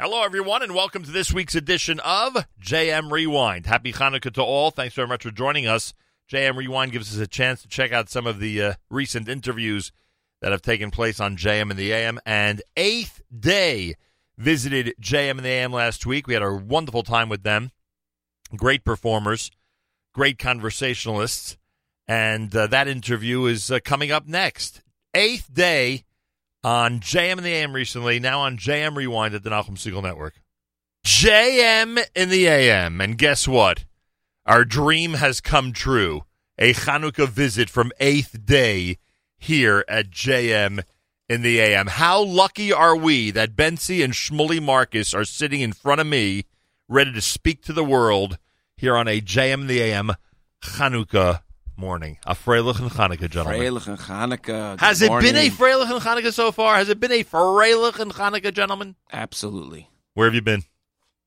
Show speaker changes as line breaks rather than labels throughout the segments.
Hello, everyone, and welcome to this week's edition of JM Rewind. Happy Hanukkah to all. Thanks very much for joining us. JM Rewind gives us a chance to check out some of the uh, recent interviews that have taken place on JM and the AM. And Eighth Day visited JM and the AM last week. We had a wonderful time with them. Great performers, great conversationalists. And uh, that interview is uh, coming up next. Eighth Day on JM and the AM recently, now on JM Rewind at the Malcolm Siegel Network. JM in the AM. And guess what? Our dream has come true. A Hanukkah visit from eighth day here at JM in the AM. How lucky are we that Bensi and Shmuley Marcus are sitting in front of me, ready to speak to the world here on a JM in the AM Hanukkah morning. A Freilich and Hanukkah, gentlemen.
Freilich and Hanukkah. Good
Has it been a
morning.
Freilich and Hanukkah so far? Has it been a Freilich and Hanukkah, gentlemen?
Absolutely.
Where have you been?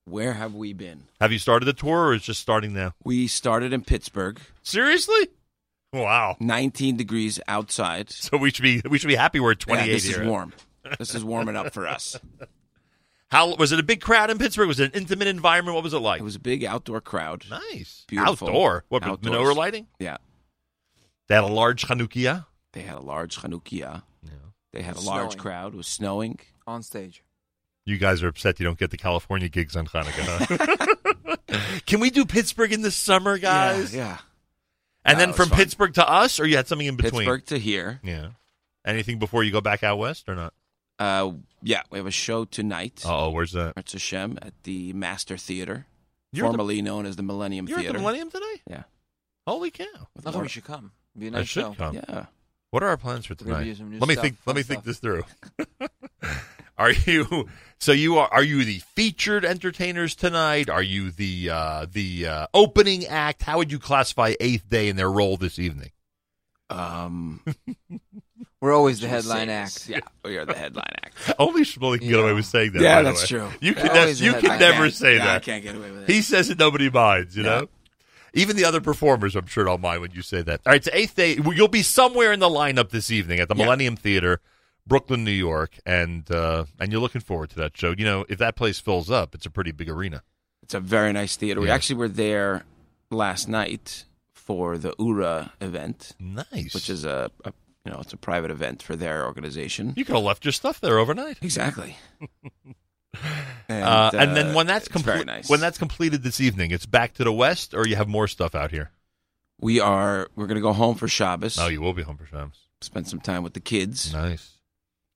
Where have we been?
Have you started the tour or is it just starting now?
We started in Pittsburgh,
Seriously? Wow.
19 degrees outside.
So we should be we should be happy we're at 28
Yeah, this
here.
is warm. This is warming up for us.
How was it a big crowd in Pittsburgh? Was it an intimate environment? What was it like?
It was a big outdoor crowd.
nice.
Beautiful.
Outdoor. What with
Outdoors.
menorah lighting?
Yeah.
They had a large Hanukkah.
They had a large Hanukkah. They had a
It's
large
snowing.
crowd. It was snowing.
on stage.
You guys are upset you don't get the California gigs on Hanukkah. Huh? Can we do Pittsburgh in the summer, guys?
Yeah. yeah.
And
No,
then
it was
from
fun.
Pittsburgh to us, or you had something in between?
Pittsburgh to here.
Yeah. Anything before you go back out west or not?
Uh, yeah, we have a show tonight.
Oh, where's that?
It's Hashem at the Master Theater,
You're, at the,
formerly known as the Millennium
you're at the
Theater.
Millennium today?
Yeah.
Holy cow!
I thought we should come. Be a nice
I should
show.
come.
Yeah.
What are our plans for
We're gonna
tonight?
do some new
Let me
stuff,
think. Let
fun
me think
stuff.
this through. are you? So you are? Are you the featured entertainers tonight? Are you the uh, the uh, opening act? How would you classify Eighth Day in their role this evening? Oh.
Um,
We're always the
Should we
headline
say
act.
this? Yeah, we are the headline act.
Only Schmuley can get
Yeah.
away with saying that.
Yeah,
by the
that's
way.
true.
You can. that's-
Always the
you can
headline
never
act.
say
Yeah, I
that.
can't get away with it.
He says it, nobody minds, you
Yeah.
know? Even the other performers, I'm sure, don't mind when you say that. All right, so eighth day, well, you'll be somewhere in the lineup this evening at the
Yeah.
Millennium Theater, Brooklyn, New York, and uh, and you're looking forward to that show. You know, if that place fills up, it's a pretty big arena.
It's a very nice theater. We
Yeah.
actually were there last night for the URA event,
Nice.
which is a, a you know it's a private event for their organization.
you could have left your stuff there overnight.
Exactly. and,
Uh, and then when that's
it's very
complete,
nice.
when that's completed this evening, it's back to the west, or you have more stuff out here.
we are we're gonna go home for Shabbos.
Oh, you will be home for Shams.
Spend some time with the kids.
Nice.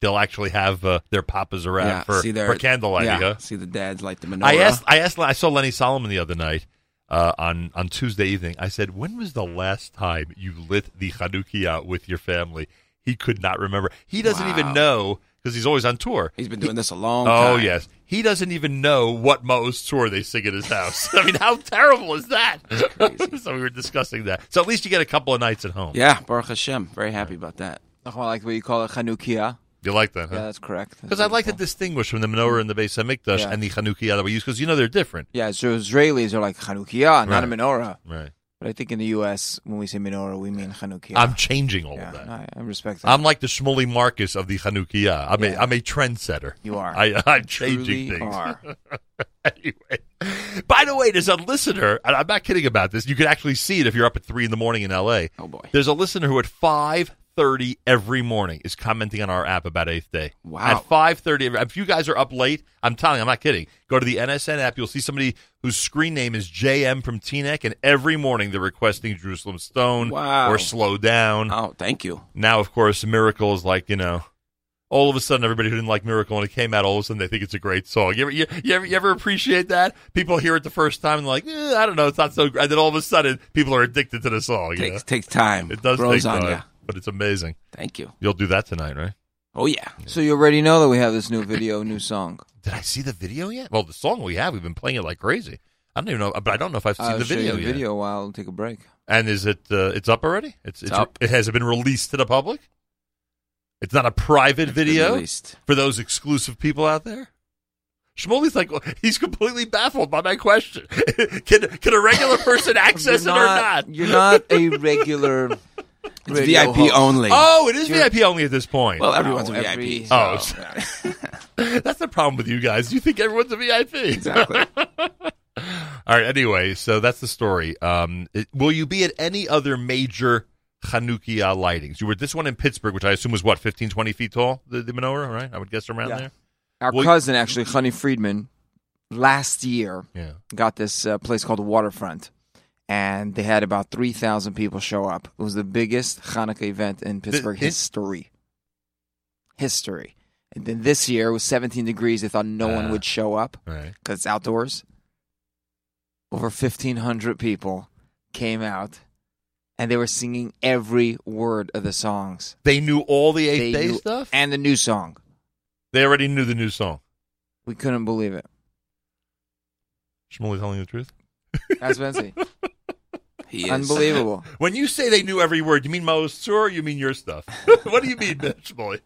They'll actually have uh, their papas around
Yeah,
for,
see their-
for candlelight.
yeah,
huh?
see the dads light the menorah.
I asked. I asked. I saw Lenny Solomon the other night uh, on on Tuesday evening. I said, "When was the last time you lit the Hanukkah with your family?" He could not remember. He doesn't even
Wow.
know because he's always on tour.
He's been doing this a long time.
Oh yes, he doesn't even know what Moe's tour they sing at his house. I mean, how terrible is that? so we were discussing that. So at least you get a couple of nights at home.
Yeah, Baruch Hashem. Very happy about that.
Oh, I like the way you call it Chanukia.
You like that,
Yeah,
huh?
that's correct.
Because I'd like to distinguish from the menorah and the Beis Hamikdash
Yeah.
and the Hanukkah that we use because you know they're different,
Yeah, so Israelis are like Chanukia, not a
Right.
menorah.
right?
But I think in the U.S., when we say menorah, we mean Chanukia.
I'm changing all
yeah,
of that.
no, I, I respect that.
I'm like the Shmuley Marcus of the Hanukkah. I'm, a,
Yeah.
I'm a trendsetter.
you are.
I, I'm
truly
changing things.
are.
anyway, by the way, there's a listener, and I'm not kidding about this. You can actually see it if you're up at three in the morning in L.A.
Oh boy.
There's a listener who at 5:30 every morning is commenting on our app about Eighth Day.
Wow.
At 5:30, every- if you guys are up late, I'm telling you, I'm not kidding. Go to the NSN app. You'll see somebody whose screen name is JM from Teaneck, and every morning they're requesting Jerusalem Stone
Wow.
or Slow Down.
Oh, thank you.
Now, of course, Miracle is like, you know, all of a sudden everybody who didn't like Miracle when it came out, all of a sudden they think it's a great song. You ever, you, you ever, you ever appreciate that? People hear it the first time and like, eh, I don't know, it's not so great. And then all of a sudden people are addicted to the song. you
Takes takes time.
know? It does
grows
take
on
time,
ya.
but it's amazing.
Thank you.
You'll do that tonight, right?
Oh yeah.
So you already know that we have this new video, new song.
Did I see the video yet? Well, the song we have, we've been playing it like crazy. I don't even know, but I don't know if I've seen
I'll
the
show you
video
the
yet.
video while we take a break.
And is it? Uh, it's up already. It's, it's,
up.
It has it been released to the public. It's not a private video.
Released.
for those exclusive people out there? Shmuley's like he's completely baffled by my question. can can a regular person access it
You're
or not?
You're not a regular
It's
Radio
VIP
host.
only.
Oh, it is VIP only at this point.
well, everyone's
No,
a
every-
VIP.
Oh,
so-
That's the problem with you guys. You think everyone's a VIP.
exactly.
All right. Anyway, so that's the story. Um, it- will you be at any other major Hanukkah lightings? You were at this one in Pittsburgh, which I assume was what 15, 20 feet tall. The, the menorah, right? I would guess around
Yeah.
there.
Our
Well,
cousin, actually, Honey Friedman, last year
Yeah.
got this uh, place called Waterfront, and they had about 3,000 people show up. It was the biggest Hanukkah event in Pittsburgh
it-
history. History. And then this year, it was 17 degrees. They thought no
Ah.
one would show up
All right.
because it's outdoors. Over 1,500 people came out, and they were singing every word of the songs.
They knew all the eight
They
day
knew-
stuff.
And the new song.
they already knew the new song.
We couldn't believe it.
Shmuley telling you the truth.
That's Wednesday.
He is.
Unbelievable.
When you say they knew every word, you mean Mo's or you mean your stuff? what do you mean, Shmuley?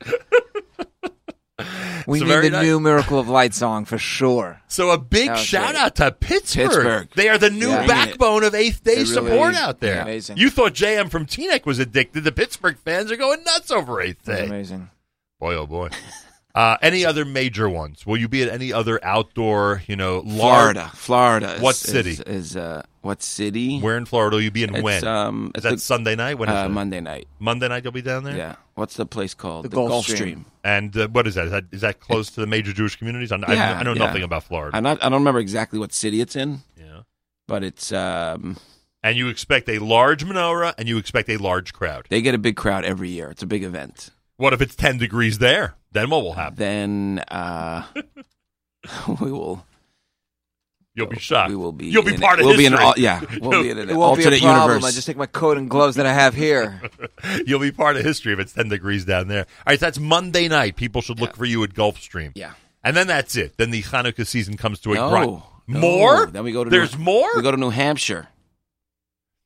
We
So
need
very
the
nice.
new Miracle of Light song for sure.
So a big
That was
shout
great.
out to Pittsburgh.
Pittsburgh.
They are the new
Yeah.
backbone of eighth day
They really-
support out there.
amazing.
You thought JM from Teaneck was addicted. The Pittsburgh fans are going nuts over eighth
It was
day.
amazing.
Boy, oh boy. Uh, any other major ones? Will you be at any other outdoor, you know, large?
Florida. Florida. Is,
What
is-
city?
Is, uh, what city?
Where in Florida will you be and
It's,
when?
Um,
is
it's
that Sunday night? When
the,
is
uh,
it?
Monday night.
Monday night you'll be down there?
Yeah. What's the place called?
The Gulf
Gulf
Stream.
Stream.
And uh, what is that? Is that, is that close to the major Jewish communities? I, I-
Yeah,
I know
yeah.
nothing about Florida.
I'm not. I don't remember exactly what city it's in,
yeah.
but it's. Um,
And you expect a large menorah and you expect a large crowd.
they get a big crowd every year. It's a big event.
What if it's 10 degrees there? Then what will happen?
Then uh, we will.
You'll be shocked.
We will be.
You'll be
in-
part of
we'll
history.
Be in, al- yeah, we'll be in an
It won't
alternate
be a problem.
universe.
I just take my coat and gloves that I have here.
You'll be part of history if it's 10 degrees down there. All right, that's Monday night. People should look for you at Gulfstream.
yeah.
And then that's it. Then the Hanukkah season comes to a
No,
grind.
no.
More?
Then we go to
There's
New,
more?
We go to New Hampshire.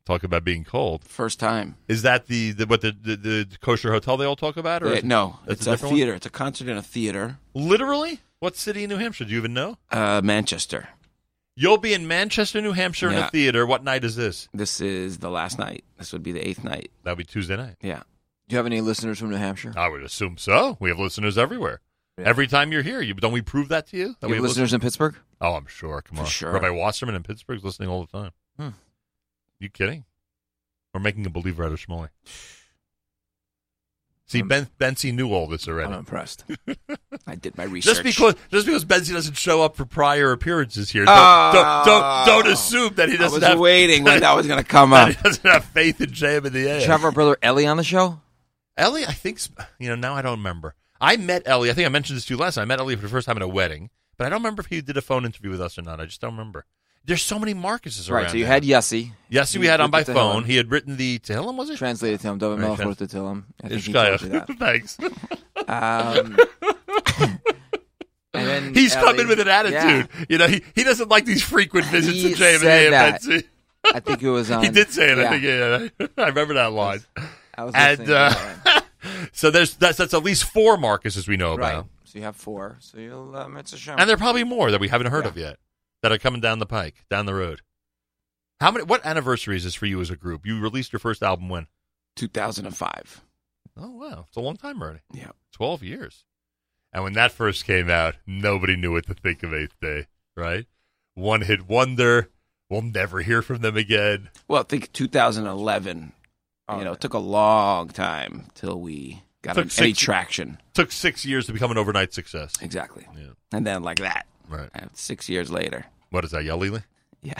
talk about being cold.
First time.
Is that the, the what the, the, the kosher hotel they all talk about? Or
Uh,
is it-
no,
that's
it's
a
a,
different one?
theater. It's a concert in a theater.
Literally? What city in New Hampshire? Do you even know?
Uh, Manchester.
You'll be in Manchester, New Hampshire in a
Yeah.
theater. What night is this?
This is the last night. This would be the eighth night.
That'll be Tuesday night.
Yeah.
Do you have any listeners from New Hampshire?
I would assume so. We have listeners everywhere.
Yeah.
Every time you're here, you, don't we prove that to you? That
Do
we
you have
have listeners?
listeners in Pittsburgh?
Oh, I'm sure. Come
For
on.
sure.
Rabbi Wasserman in Pittsburgh's listening all the time.
Hmm.
You kidding? We're making a believer out of Shmuley. See,
I'm-
Ben Bensi knew all this
I'm
already.
impressed.
I did my
Just
research.
because just because Bensi doesn't show up for prior appearances here, don't
Oh.
don't, don't, don't assume that he
I
doesn't
was
have
waiting when that was going to come
that
up.
he doesn't have faith in JM in the
Did
air.
you have our brother Ellie on the show?
Ellie, I think s- you know now. I don't remember. I met Ellie. I think I mentioned this to you last time. I met Ellie for the first time at a wedding, but I don't remember if he did a phone interview with us or not. I just don't remember. There's so many Marcuses around.
Right. So you
now.
had Yossi.
Yes, we
You
had on
took
by
it to
phone.
Helen.
He had written the Tehillim, was it?
Translated to him. David
Right,
Melchor to tell him. I think he
Ishkaya.
told you that. Mm,
Thanks.
Um, and then
He's
Ellie-
coming with an attitude. You know, he, he doesn't like these frequent visits
He
to Jam and
said
AM.
that.
Betsy.
Yeah, I think it was on.
He did say it.
Yeah,
I think. Yeah, I remember that line.
I was
And
listening to that.
uh, so there's that's that's at least four Marcuses we know
right.
about,
So you have four. So you'll um, it's a shame.
and there are probably more that we haven't heard
Yeah.
of yet that are coming down the pike, down the road. How many? What anniversary is this for you as a group? You released your first album when?
2005.
Oh wow, it's a long time already.
Yeah.
12 years. And when that first came out, nobody knew what to think of Eighth Day, right? One hit wonder. We'll never hear from them again.
Well, I think 2011. You know, it took a long time till we got
Took
an- any
six-
traction.
Took six years to become an overnight success.
Exactly.
Yeah.
And then like that,
Right.
uh, six years later.
What is that, Yalili?
Yeah.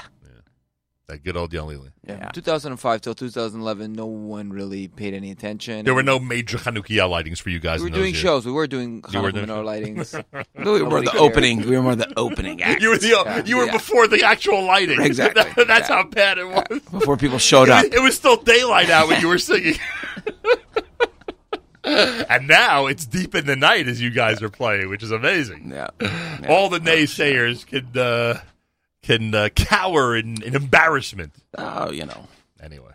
That good old Yalili.
Yeah.
Yeah.
2005 till 2011, no one really paid any attention.
There were no major Hanukkah lightings for you guys.
We were
in those
doing
years.
shows. We were doing
You were doing
Hanukkah menorah
We were
lightings.
more
Nobody
the
cared.
opening. We were more the opening act
You were the, uh, you were
Yeah.
before the actual lighting.
Exactly.
That's how bad it was.
before people showed up.
It was still daylight out when you were singing. and now it's deep in the night as you guys are playing, which is amazing.
Yeah. Oh,
All the naysayers can uh, can uh, cower in, in embarrassment.
Oh, you know.
Anyway,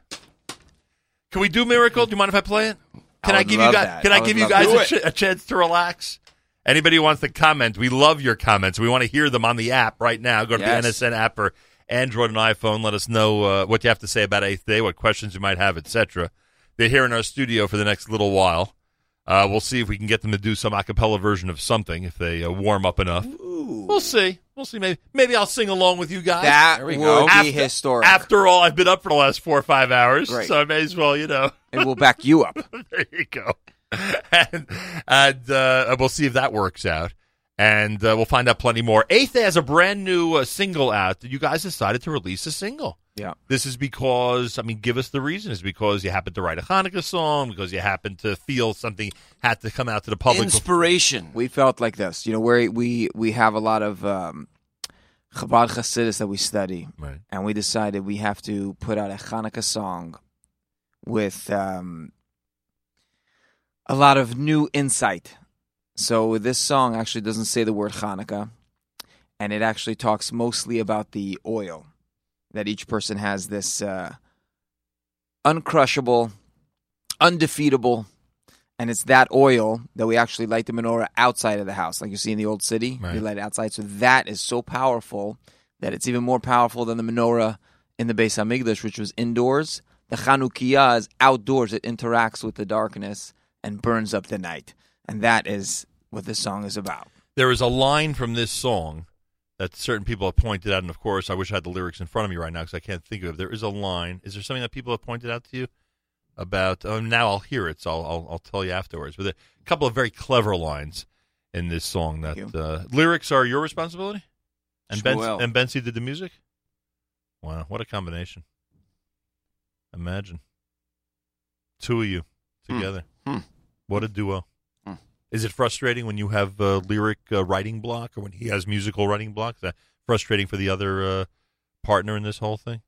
can we do miracle? Do you mind if I play it? Can I,
I would
give you
love
guys?
that.
Can
I
I,
would
give you
love
guys a,
that.
ch- a chance to relax? Anybody who wants to comment, we love your comments. We want to hear them on the app right now. Go to
Yes.
the NSN app or Android and iPhone. Let us know uh, what you have to say about Eighth Day, what questions you might have, etc. They're here in our studio for the next little while. Uh, we'll see if we can get them to do some a cappella version of something if they uh, warm up enough. We'll see. We'll see. Maybe maybe I'll sing along with you guys.
That
There
would
we go.
be historic.
After all, I've been up for the last four or five hours,
Right.
so I may as well, you know.
it will back you up.
there you go. And, and uh, we'll see if that works out. And uh, we'll find out plenty more. Eighth has a brand new uh, single out. You guys decided to release a single.
Yeah.
This is because, I mean, give us the reason. Is because you happened to write a Hanukkah song, because you happened to feel something had to come out to the public.
Inspiration.
We felt like this. You know, we we we have a lot of um, Chabad Hasidus that we study,
Right.
and we decided we have to put out a Hanukkah song with um, a lot of new insight. So this song actually doesn't say the word Hanukkah, and it actually talks mostly about the oil that each person has this uh, uncrushable, undefeatable, and it's that oil that we actually light the menorah outside of the house, like you see in the old city. We
Right.
light it outside, so that is so powerful that it's even more powerful than the menorah in the Beis Hamikdash, which was indoors. The Chanukiah is outdoors; it interacts with the darkness and burns up the night, and that is what this song is about.
There is a line from this song that certain people have pointed out. And of course, I wish I had the lyrics in front of me right now because I can't think of it. There is a line. Is there something that people have pointed out to you about? Um, now I'll hear it, so I'll, I'll, I'll tell you afterwards. But there are a couple of very clever lines in this song that
Thank
uh, lyrics are your responsibility? And Ben,
Shmuel.
and Bensi did the music? Wow, what a combination. Imagine. Two of you together.
Hmm.
What a duo.
Hmm.
Is it frustrating when you have uh, lyric uh, writing block or when he has musical writing block? Is that frustrating for the other uh, partner in this whole thing?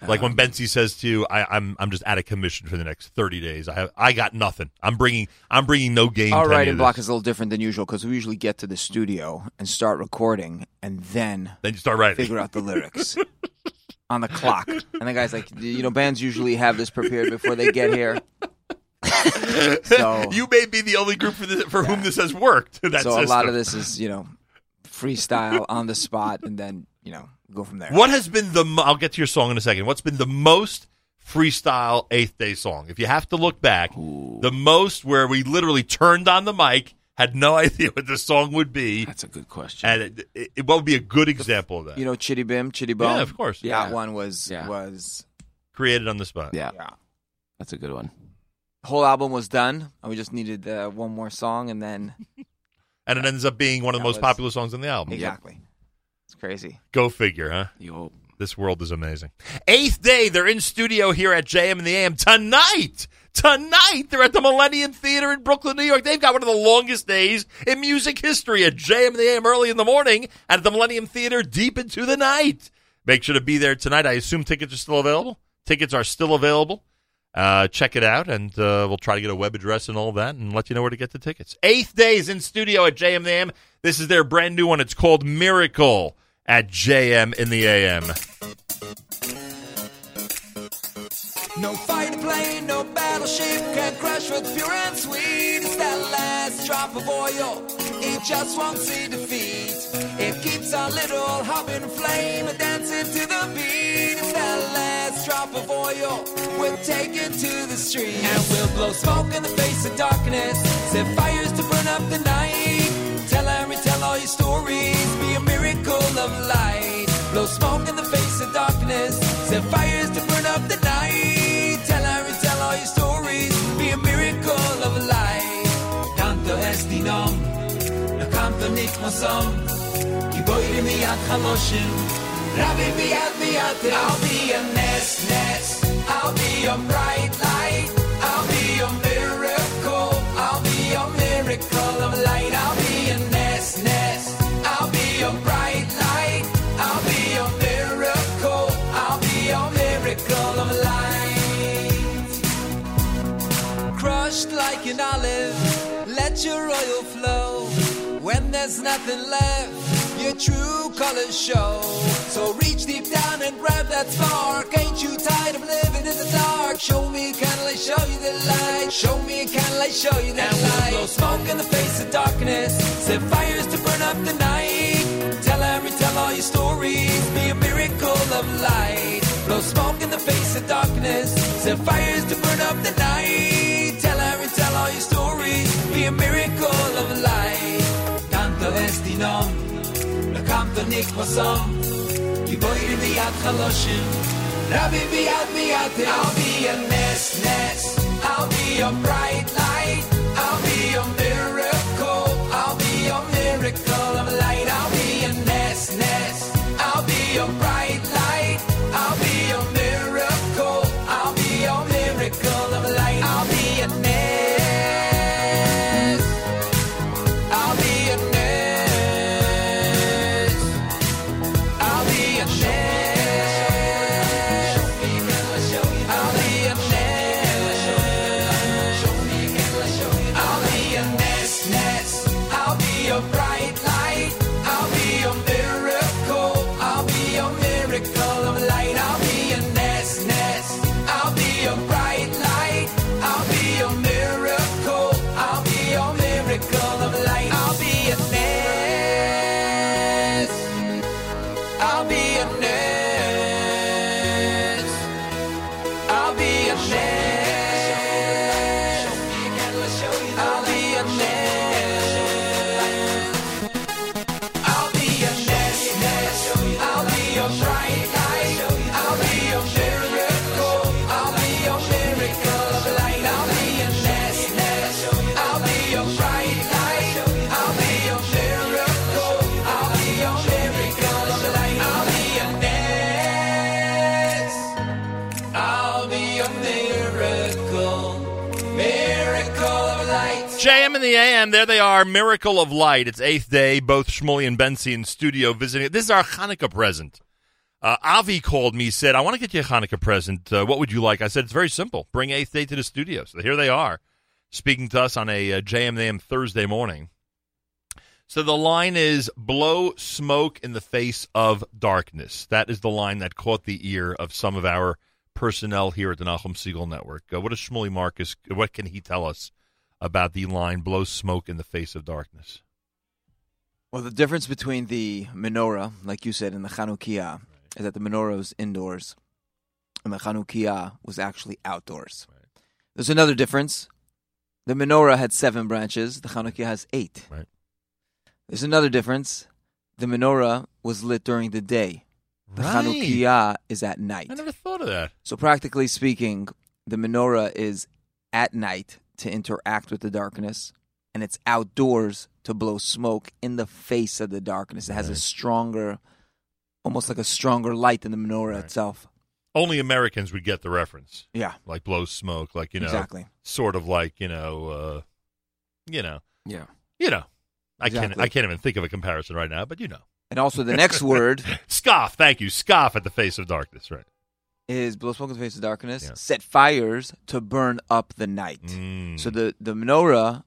Like
Um,
when Bensi says to you, I, "I'm I'm just out of commission for the next 30 days. I have I got nothing. I'm bringing I'm bringing no game."
Our
to any
writing
of
block
this."
is a little different than usual because we usually get to the studio and start recording and then
Then you start writing.
figure out the lyrics on the clock. And the guy's like, you know, bands usually have this prepared before they get here. so
you may be the only group for this, for whom this has worked. That
so a lot
system.
of this is, you know, freestyle on the spot and then, you know, go from there.
What has been the? mo- I'll get to your song in a second. What's been the most freestyle eighth day song? If you have to look back, the most where we literally turned on the mic, had no idea what the song would be,
That's a good question.
and it, it, what would be a good example of that?
You know, Chitty Bim, Chitty Bum.
of course.
That
Yeah.
one was
Yeah.
was
Created on the spot.
yeah,
yeah.
that's a good one.
The whole album was done, and we just needed uh, one more song, and then
and it ends up being one of the
That
most
was-
popular songs on the album.
exactly, it's crazy.
Go figure, huh?
You hope.
This world is amazing. Eighth day, they're in studio here at JM and the AM tonight. Tonight, they're at the Millennium Theater in Brooklyn, New York. They've got one of the longest days in music history at JM and the AM early in the morning and at the Millennium Theater deep into the night. Make sure to be there tonight. I assume tickets are still available. Tickets are still available. Uh, check it out, and uh, we'll try to get a web address and all that and let you know where to get the tickets. Eighth Days in studio at JM the AM. This is their brand new one. It's called Miracle at JM in the AM.
No fighter plane, no battleship can crash with pure and sweet. It's that last drop of oil, it just won't see defeat. It keeps our little hub in flame and dancing to the beat. It's that last drop of oil we're taking to the street. And we'll blow smoke in the face of darkness, set fires to burn up the night. Tell and retell all your stories, be a miracle of light. Blow smoke in the face of darkness, set fires to burn up the night. Tell and retell all your stories, be a miracle of light. Tanto es dinom, no canto nicht mo som. Ki boyre mi at chamoshim, rabbi mi at mi at. I'll be a nest nest, I'll be a bright light, I'll be a miracle, I'll be a miracle of light. I'll be a nest nest, I'll be a bright light, I'll be a miracle, I'll be a miracle of light crushed like an olive. Let your oil flow. When there's nothing left, your true colors show. So reach deep down and grab that spark. Ain't you tired of living in the dark? Show me a candle, I show you the light. Show me a candle, I show you the light. Blow smoke in the face of darkness. Set fires to burn up the night. Tell every, tell all your stories. Be a miracle of light. Blow smoke in the face of darkness. Set fires to burn up the night. ניק מסום גיבוירי ביד חלושים רבי ביד ביד I'll be a nest nest I'll be your bright light I'll be your miracle I'll be your miracle of light I'll be a nest nest I'll be your bright light I'll be your miracle I'll be your miracle of light I'll be a nest I'll be a nurse. I'll be a nurse. I'll be a nurse. I'll be a nurse, nurse. I'll be your bright light. I'll be your miracle. I'll be your miracle of light. I'll be a nurse, nurse. I'll be your bright light. I'll be your miracle. I'll be your miracle of light. I'll be a nurse. I'll be a nurse. I'll be a nurse. I'll be a nurse. I'll be a nurse. I'll be your bright light. I'll be your miracle. I'll be your miracle of light. I'll be a nurse. I'll be your bright light. I'll be your miracle. I'll be your miracle of light. I'll be a nurse. I'll be your miracle. Miracle of light.
JM and the AM, there they are. Miracle of Light. It's eighth day. Both Shmuley and Bensi in studio visiting. This is our Hanukkah present. Uh, Avi called me, said, I want to get you a Hanukkah present. Uh, what would you like? I said, it's very simple. Bring eighth day to the studio. So here they are speaking to us on a uh, JM and the AM Thursday morning. So the line is blow smoke in the face of darkness. That is the line that caught the ear of some of our personnel here at the Nahum Siegel Network. Uh, what does Shmuley Marcus, what can he tell us about the line blow smoke in the face of darkness?
Well, the difference between the menorah, like you said, and the Chanukiah is that the menorah was indoors and the Chanukiah was actually outdoors. There's another difference. The menorah had seven branches, the Chanukiah has eight.
Right.
There's another difference. The menorah was lit during the day, the Chanukiah is at night.
I never thought of that.
So, practically speaking, the menorah is at night to interact with the darkness, and it's outdoors to blow smoke in the face of the darkness. It has a stronger, almost like a stronger light than the menorah itself.
Only Americans would get the reference,
Yeah,
like blow smoke, like you know,
exactly.
sort of like you know, uh, you know,
Yeah.
you know. I can't.
Exactly.
I can't even think of a comparison right now, but you know,
And also, the next word
scoff. Thank you, scoff at the face of darkness. Right.
is blow smoke in the face of darkness,
Yeah.
set fires to burn up the night.
Mm.
So the the menorah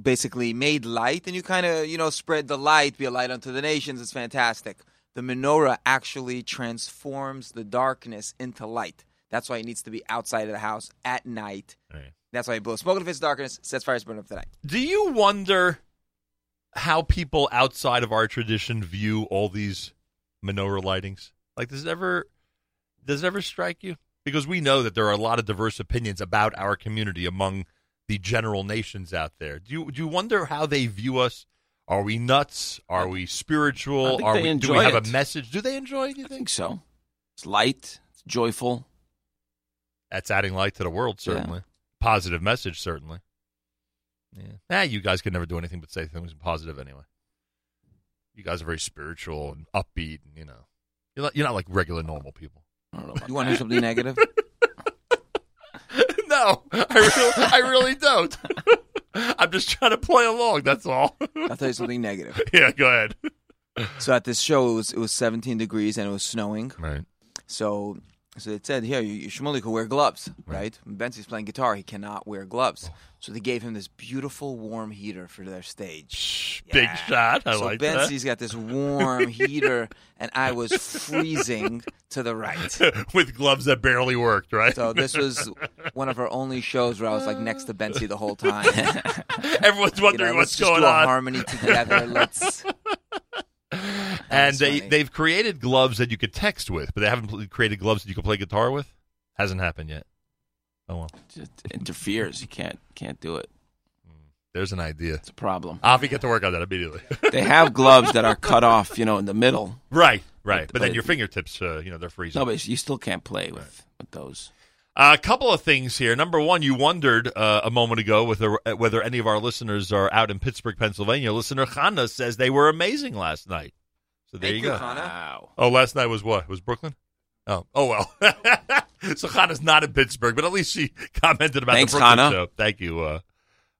basically made light, and you kind of you know spread the light, be a light unto the nations. It's fantastic. The menorah actually transforms the darkness into light. That's why it needs to be outside of the house at night.
Right.
That's why it blows smoke in the face of darkness, sets fires, burn up the night.
Do you wonder how people outside of our tradition view all these menorah lightings? Like, does it ever does it ever strike you? Because we know that there are a lot of diverse opinions about our community among the general nations out there. Do you do you wonder how they view us? Are we nuts? Are we
I
spiritual?
think
Are
they
we do we
enjoy
have a
it.
message? Do they enjoy it? do You
I
think
think so. It's light. It's joyful.
that's adding light to the world?
Yeah.
Certainly, positive message. Certainly. Yeah. Nah, you guys can never do anything but say things positive anyway. You guys are very spiritual and upbeat, and you know, you're not, you're not like regular normal people.
I don't know about
You want to hear something negative?
no, I really, I really don't. I'm just trying to play along. That's all.
I'll tell you something negative.
yeah, go ahead.
So at this show, it was it was 17 degrees and it was snowing.
Right.
So, so they said, here, you, you Shmuley could wear gloves,
Right. Oh.
right? Benson's playing guitar. He cannot wear gloves. So they gave him this beautiful warm heater for their stage.
Big
Yeah.
shot. I
so
like that.
Benson's got this warm heater, and I was freezing to the right.
With gloves that barely worked, right?
So this was one of our only shows where I was like next to Bensi the whole time. You know,
Everyone's wondering what's
let's just
going
do a
on.
harmony together. Let's
and
That's
they,
funny.
they've created gloves that you could text with, but they haven't pl- created gloves that you can play guitar with. Hasn't happened yet. Oh well.
it. It interferes. You can't can't do it.
There's an idea.
It's a problem.
Avi, get to work on that immediately.
They have gloves that are cut off, you know, in the middle.
right, right. But then
but-
your fingertips, uh, you know, they're freezing.
No, but you still can't play with, with those.
A couple of things here. Number one, you wondered uh, a moment ago whether whether any of our listeners are out in Pittsburgh, Pennsylvania. Listener Hannah says they were amazing last night. So there you go.
Wow.
Oh, last night was what? Was Brooklyn? Oh, oh well. so Hannah's not in Pittsburgh, but at least she commented about
Thanks,
the Brooklyn
Hannah.
show. Thank you, uh,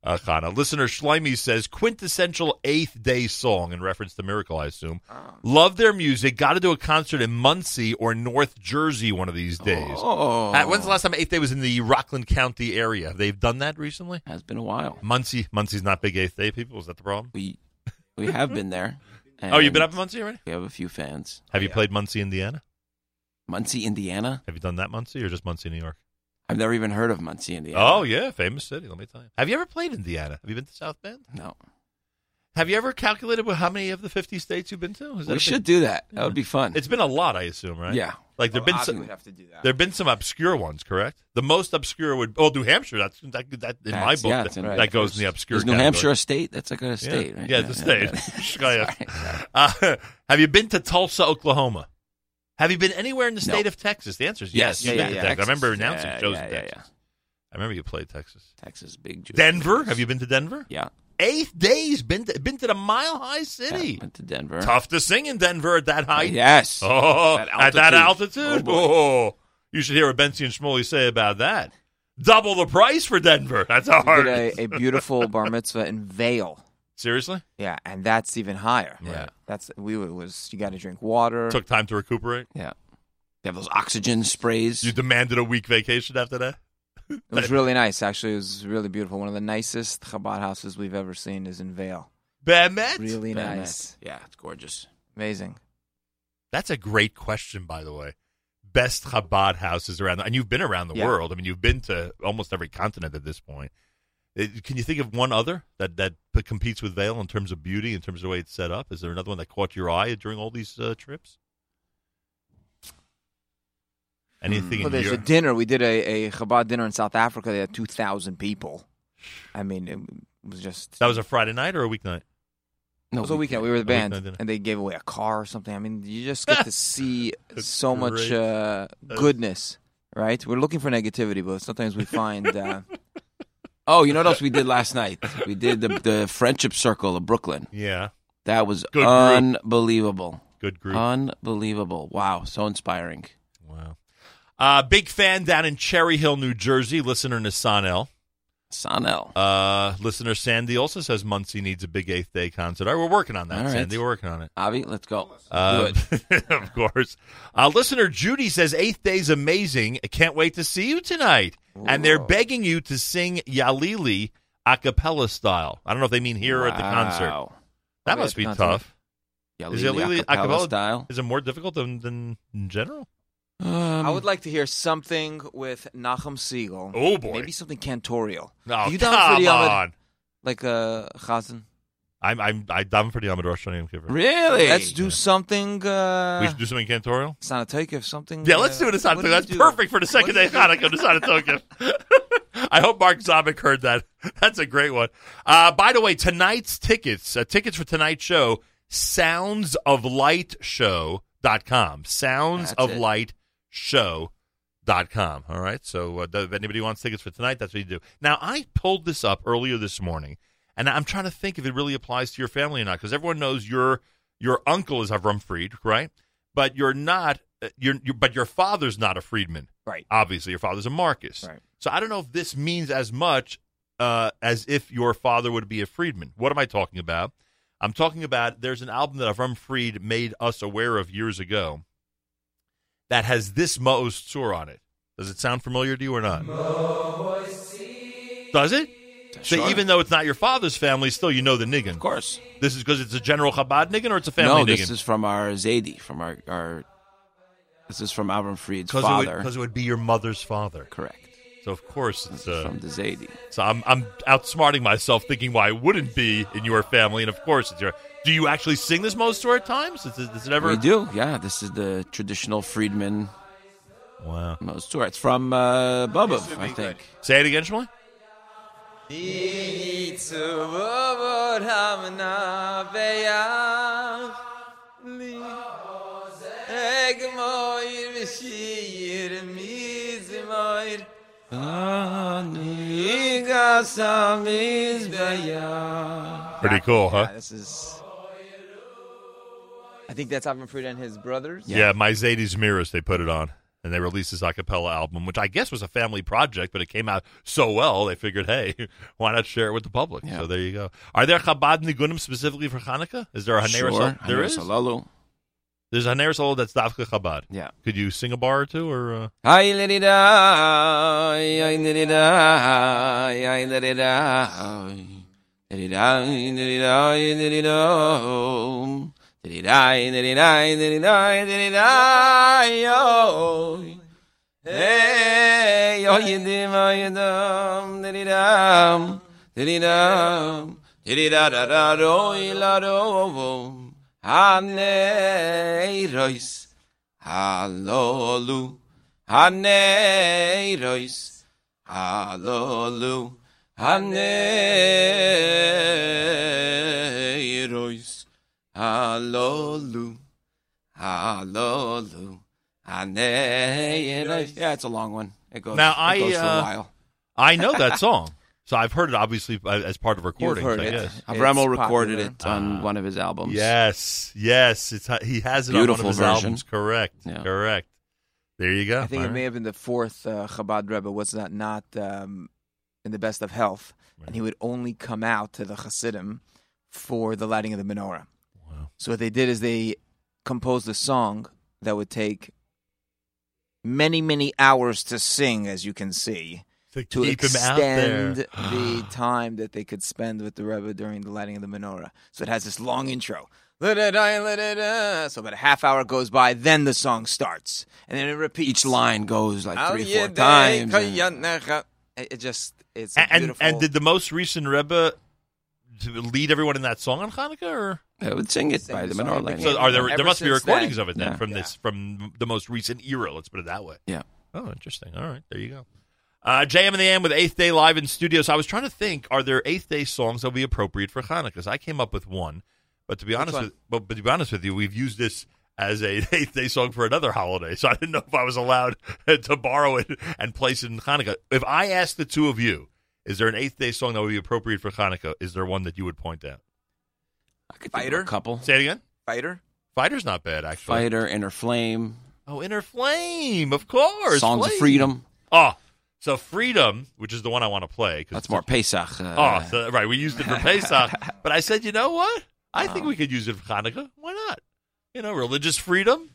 uh, Hannah. Listener Schleimy says quintessential eighth day song in reference to Miracle, I assume.
Oh.
Love their music. Got to do a concert in Muncie or North Jersey one of these days.
Oh.
Uh, when's the last time Eighth Day was in the Rockland County area? Have they done that recently?
Has been a while.
Muncie, Muncie's not big Eighth Day people. Is that the problem?
We we have been there.
Oh, you've been
and
up in Muncie already?
We have a few fans.
Have you played Muncie, Indiana?
Muncie, Indiana.
Have you done that Muncie or just Muncie, New York?
I've never even heard of Muncie, Indiana.
Oh yeah, famous city. Let me tell you. Have you ever played Indiana? Have you been to South Bend?
no.
Have you ever calculated how many of the fifty states you've been to? Is that a
We
big-
should do that. That would be fun.
It's been a lot, I assume, right?
Yeah.
Like there've been
Avi
some,
would have to do that.
there've been some obscure ones, correct? The most obscure would oh New Hampshire. That's that, that in my
That's-
book
yeah,
that,
it's in-
that goes in the obscure.
Is New
category.
Hampshire a state? That's like a state,
yeah.
right?
Yeah, it's a state. Just gotta-
Sorry.
Uh, have you been to Tulsa, Oklahoma? Have you been anywhere in the
No.
state of Texas? The answer is yes.
Yes.
you've
Yeah,
been
yeah,
to
yeah.
Texas. I remember
Texas.
announcing
Yeah,
shows
yeah,
in
yeah,
Texas.
yeah.
I remember you played Texas.
Texas, big Jewish
Denver?
place.
Have you been to Denver?
Yeah.
Eighth days. Been to, been to the Mile High City.
yeah, Went to Denver.
Tough to sing in Denver at that height.
Yes.
Oh,
That
at that
altitude.
altitude.
Oh,
Oh, you should hear what Bensi and Schmoley say about that. Double the price for Denver. That's how
We
hard.
did
it is.
a, a beautiful bar mitzvah in Vale.
Seriously?
Yeah, and that's even higher.
Yeah.
That's we were- was you got to drink water.
Took time to recuperate.
Yeah. They have those oxygen sprays.
You demanded a week vacation after that?
It was really nice. Actually, it was really beautiful. One of the nicest Chabad houses we've ever seen is in Vale.
Bemet?
Really
Very
nice.
Yeah, it's gorgeous.
Amazing.
That's a great question, by the way. Best Chabad houses around, and you've been around the
Yeah.
world. I mean, you've been to almost every continent at this point. Uh, Can you think of one other that that p- competes with Vale in terms of beauty, in terms of the way it's set up? Is there another one that caught your eye during all these uh, trips? Anything
Hmm. Well,
in
there's a
Europe?
dinner. We did a, a Chabad dinner in South Africa. They had 2,000 people. I mean, it was just.
that was a Friday night or a weeknight?
it
No,
was a weekend. We were the band,
weekend dinner.
and they gave away a car or something. I mean, you just get to see so much
Great.
uh, goodness, right? We're looking for negativity, but sometimes we find. Uh,
Oh, you know what else we did last night? We did the, the friendship circle of Brooklyn.
Yeah,
That was
Good group.
unbelievable.
good group.
Uh,
Unbelievable. Wow, so inspiring.
wow. Uh, big fan down in Cherry Hill, New Jersey. Listener Nisanel.
Sanel.
Uh, listener Sandy also says Muncie needs a big eighth day concert. All right, we're working on that,
All right.
Sandy. We're working on it.
Avi, let's go.
Uh,
Do it.
of course. Uh, listener Judy says eighth day's amazing. I can't wait to see you tonight. And they're begging you to sing Yalili a cappella style. I don't know if they mean here or at the concert.
Wow.
That
Okay,
must
at
be
the concert.
tough.
Yalili
Is Yalili
a cappella style?
Is it more difficult than, than in general?
Um,
I would like to hear something with Nachum Siegel.
Oh, boy.
Maybe something cantorial.
No,
You down for
Oh, come
the Ahmed-
on.
like uh, a chazan.
I'm I'm I'm down for the Ahmed Rosh Hashanah Yom Kippur.
really.
Let's do something. Uh,
We should do something cantorial.
Sanatokif, something. uh,
Yeah, let's do it in
What
Asana
do you
That's
do?
perfect for the second
What do
day
you
of Hanukkah, the Asana I hope Mark Zamek heard that. That's a great one. Uh, by the way, tonight's tickets, uh, tickets for tonight's show, soundsoflightshow.com. Soundsoflightshow.com. All right. So uh, if anybody wants tickets for tonight, that's what you do. Now, I pulled this up earlier this morning, and I'm trying to think if it really applies to your family or not, because everyone knows your your uncle is Avram Fried, right? But you're not. uh, You're, you're, but your father's not a freedman,
Right.
Obviously, your father's a Marcus.
Right.
So I don't know if this means as much uh, as if your father would be a freedman. What am I talking about? I'm talking about there's an album that Avram Fried made us aware of years ago that has this Mo's tour on it. Does it sound familiar to you or not? Does it? So
Sure.
even though it's not your father's family, still you know the niggin.
Of course.
This is because it's a general Chabad niggin or it's a family
No,
niggin?
this is from our Zaidi, from our, our this is from Avram Fried's
Because it, would-
father.
'cause it would be your mother's father.
Correct.
So of course it's uh,
from the Zaidi.
so I'm I'm outsmarting myself thinking why it wouldn't be in your family, and of course it's your. Do you actually sing this most tour at times? Is, it- is it ever?
We do, yeah. This is the traditional Friedman
Wow.
Most tour. It's from uh, Bubba, I think.
Say it again, Shmuley.
Uh,
Pretty cool, huh?
Yeah, this is. I think that's Avram Fried and his brothers.
Yeah, my Zadie's Mirrors, they put it on. And they released this a cappella album, which I guess was a family project, but it came out so well, they figured, hey, why not share it with the public?
Yeah.
So there you go. Are there Chabad Nigunim specifically for Hanukkah? Is there a Haner
Sure.
There is.
Hanerasalolu.
There's a Haner Solo that's Dafka Chabad.
Yeah.
Could you sing a bar or two? Or uh...
Ay, la, di, da, ay, la, di, da, ay, la, di, da, ay, la, di, da, ay, la, di, da, ay, la, di, da, da, di, da, ay, la, di, da, ay, la, di, da, ay, la, di, da, ay, oh. Hey, oh, you dim, oh, you dum, da, di, dum, da, di, dum, da, di, da, da, da, do, i, la, do, oh, oh. Hanei, rois, hallelu. Haneiros, Hallelu, Haneiros, Hallelu, Hallelu, Haneiros. Yeah, it's a long one. It goes,
Now,
it
I,
goes for
uh,
a while.
I know that song. So I've heard it, obviously, uh, as part of recording.
heard
I
it.
guess.
Avramo
It's
recorded
popular.
it on
Ah.
one of his albums.
Yes, yes. It's he has it on one of
Beautiful
his
version.
albums. Correct,
Yeah.
correct. There you go.
I think
All
it may have been the fourth uh, Chabad Rebbe was not not um, in the best of health, and he would only come out to the Hasidim for the lighting of the menorah.
Wow.
So what they did is they composed a song that would take many many hours to sing, as you can see,
right.
to
keep him out there.
extend the time that they could spend with the Rebbe during the lighting of the menorah. So it has this long intro. La-da-da, la-da-da. So about a half hour goes by, then the song starts, and then it repeats.
Each line goes like three,
Al
four
Yedei
times. and-
Kayanecha. It it just it's
A-
a
and
beautiful.
and did the most recent Rebbe to lead everyone in that song on Hanukkah? Or?
I would sing it by the
Sing the
menorah
song.
lighting.
So are there?
Ever
there must be
since
recordings
then.
of it then
Yeah.
from this from the most recent era. Let's put it that way.
Yeah.
Oh, interesting. All right, there you go. Uh, JM and the AM with Eighth Day Live in studio. So I was trying to think, are there Eighth Day songs that would be appropriate for Hanukkah? 'Cause I came up with one, but to be honest
one?
with but, but to be honest with you, we've used this as a Eighth Day song for another holiday, so I didn't know if I was allowed to borrow it and place it in Hanukkah. If I asked the two of you, is there an Eighth Day song that would be appropriate for Hanukkah? Is there one that you would point out?
I could think of
Fighter?
a couple.
Say it again.
fighter.
Fighter's not bad actually.
Fighter, Inner Flame,
Oh, Inner Flame, of course.
Songs of
Flame.
Freedom.
Oh, so Freedom, which is the one I want to play. 'cause
That's
it's
more Pesach. Uh,
Oh, so, right. We used it for Pesach, but I said, you know what? I
Oh.
think we could use it for Hanukkah. Why not? You know, religious freedom.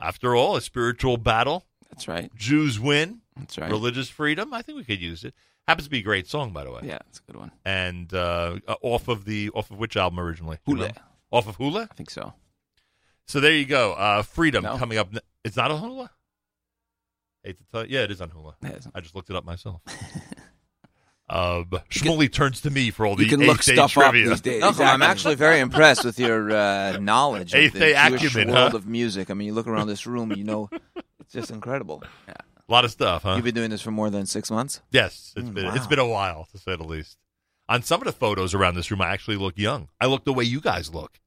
After all, a spiritual battle.
That's right.
Jews win.
That's right.
Religious freedom. I think we could use it. Happens to be a great song, by the way.
Yeah, it's a good one.
And uh, uh, off of the off of which album originally? Do you
Hula.
remember? Off of Hula.
I think so.
So there you go. Uh, freedom
No.
coming up. ne- It's not on Hula. Hate to tell you. Yeah, it is on Hula.
Yeah, it's-
I just looked it up myself. um, Shmuley turns to me for all the
you can look
eighth-day
stuff up
trivia.
these days.
Nachum, I'm actually very impressed with your uh, knowledge of
Eighth
the
day
Jewish
acumen,
world
huh?
of music. I mean, you look around this room, you know, it's just incredible.
A lot of stuff, huh?
You've been doing this for more than six months.
Yes, it's
Mm,
been
wow.
it's been a while to say the least. On some of the photos around this room, I actually look young. I look the way you guys look.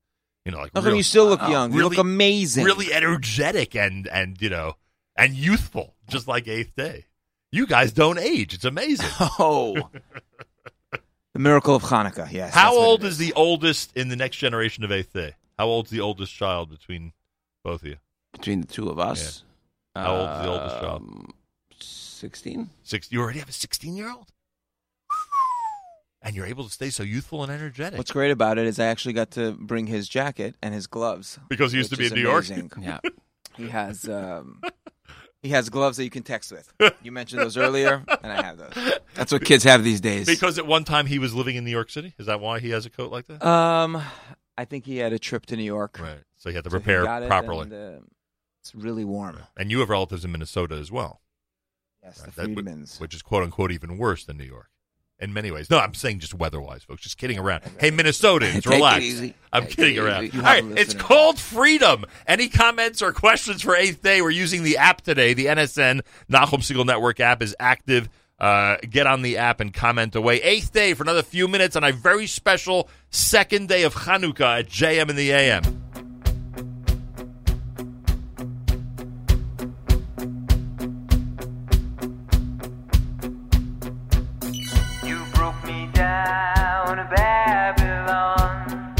You know, like
Nachum,
real-
you still look
Wow.
young. you
Really-
look amazing.
really energetic and and you know and youthful, just like Eighth Day. You guys don't age. It's amazing.
Oh. The miracle of Hanukkah, yes.
How
that's what
old
it
is the oldest in the next generation of Eighth Day? How old's the oldest child between both of you?
Between the two of us.
How old is the oldest child?
um, 16?
Six. You already have a sixteen-year-old, and you're able to stay so youthful and energetic
What's great about it is I actually got to bring his jacket and his gloves.
because you used to be
which
in
is
New York.
amazing.
Yeah.
He has um, he has gloves that you can text with. You mentioned those earlier, and I have those.
That's what kids have these days.
Because at one time he was living in New York City. Is that why he has a coat like that?
Um, I think he had a trip to New York.
Right. So you have to
So he
prepare
got it,
properly. And,
and, uh, it's really warm.
you have relatives in Minnesota as well,
Yes,
Right,
the
that would-
Friedmans.
which is quote unquote even worse than New York in many ways. No, I'm saying just weather wise, folks. Just kidding around. Hey, Minnesotans,
Take it
relax.
easy.
I'm
Take it
kidding
easy.
around.
You
All
have
right,
a
it's
listener.
called Freedom. Any comments or questions for Eighth Day? We're using the app today. The NSN Nahum Siegel Network app is active. Uh, get on the app and comment away. Eighth day for another few minutes on a very special second day of Hanukkah at JM in the AM.
You broke me down, Babylon.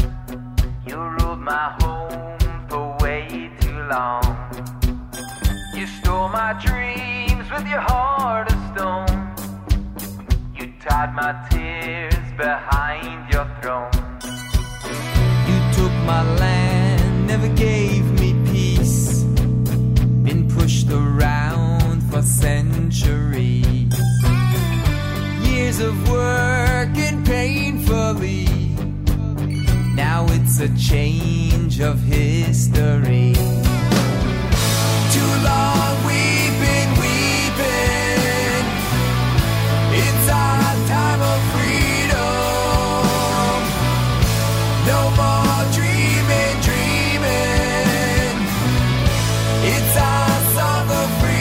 You ruled my home for way too long. You stole my dreams with your heart of stone. You tied my tears behind your throne. You took my land, never gave me peace. Been pushed around for centuries years of working painfully. Now it's a change of history. Too long we've been weeping. It's our time of freedom. No more dreaming, dreaming. It's our song of freedom.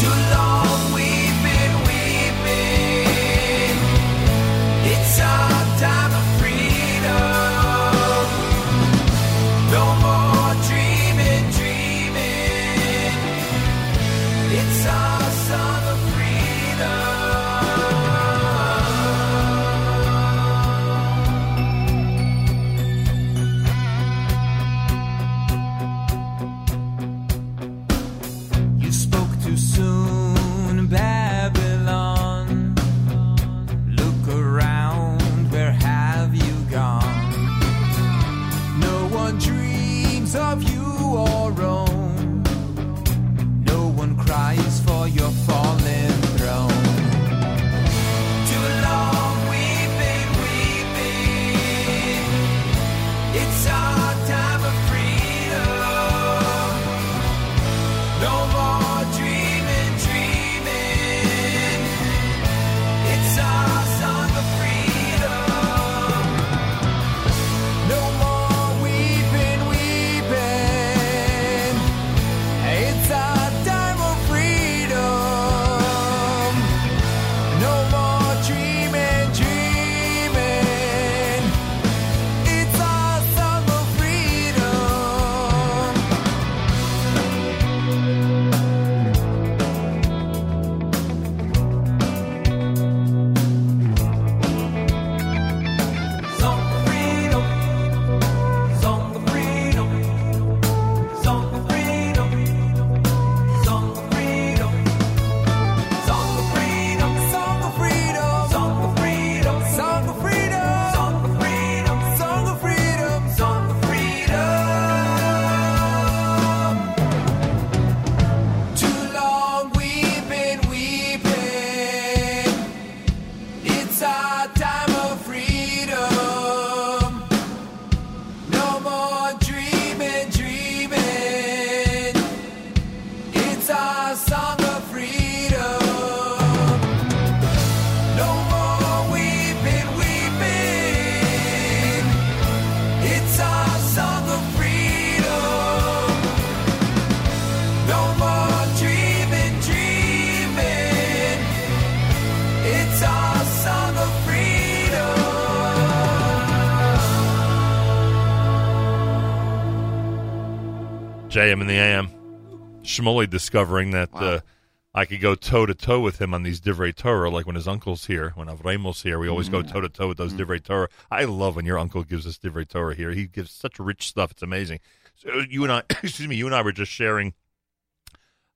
Too long we've been weeping. It's our time of freedom. No more dreaming, dreaming. It's our song of freedom. You spoke too soon, Babylon. Look around, where have you gone? No one dreams of you or Rome. No one cries for your fallen throne. Too long we've been weeping. It's our time of freedom. No more dreaming, dreaming. It's our song of freedom. No more weeping, weeping. It's our time of freedom. No more dreaming, dreaming. It's our song of freedom. Song of freedom, song of freedom, song of freedom, song of freedom, song of freedom, song of freedom, song of freedom, song of freedom, song of freedom, song of freedom, song of freedom. Too long we've been weeping. It's our time of freedom. No more dreaming, dreaming. It's our song of freedom. No more weeping, weeping. It's our song of freedom. No more dreaming, dreaming. It's our song of freedom.
JM in the AM. Shmuley discovering that
Wow.
uh, I could go toe to toe with him on these Divrei Torah, like when his uncle's here, when Avramel's here, we always go toe to toe with those Divrei Torah. I love when your uncle gives us Divrei Torah here. He gives such rich stuff; it's amazing. So you and I, excuse me, you and I were just sharing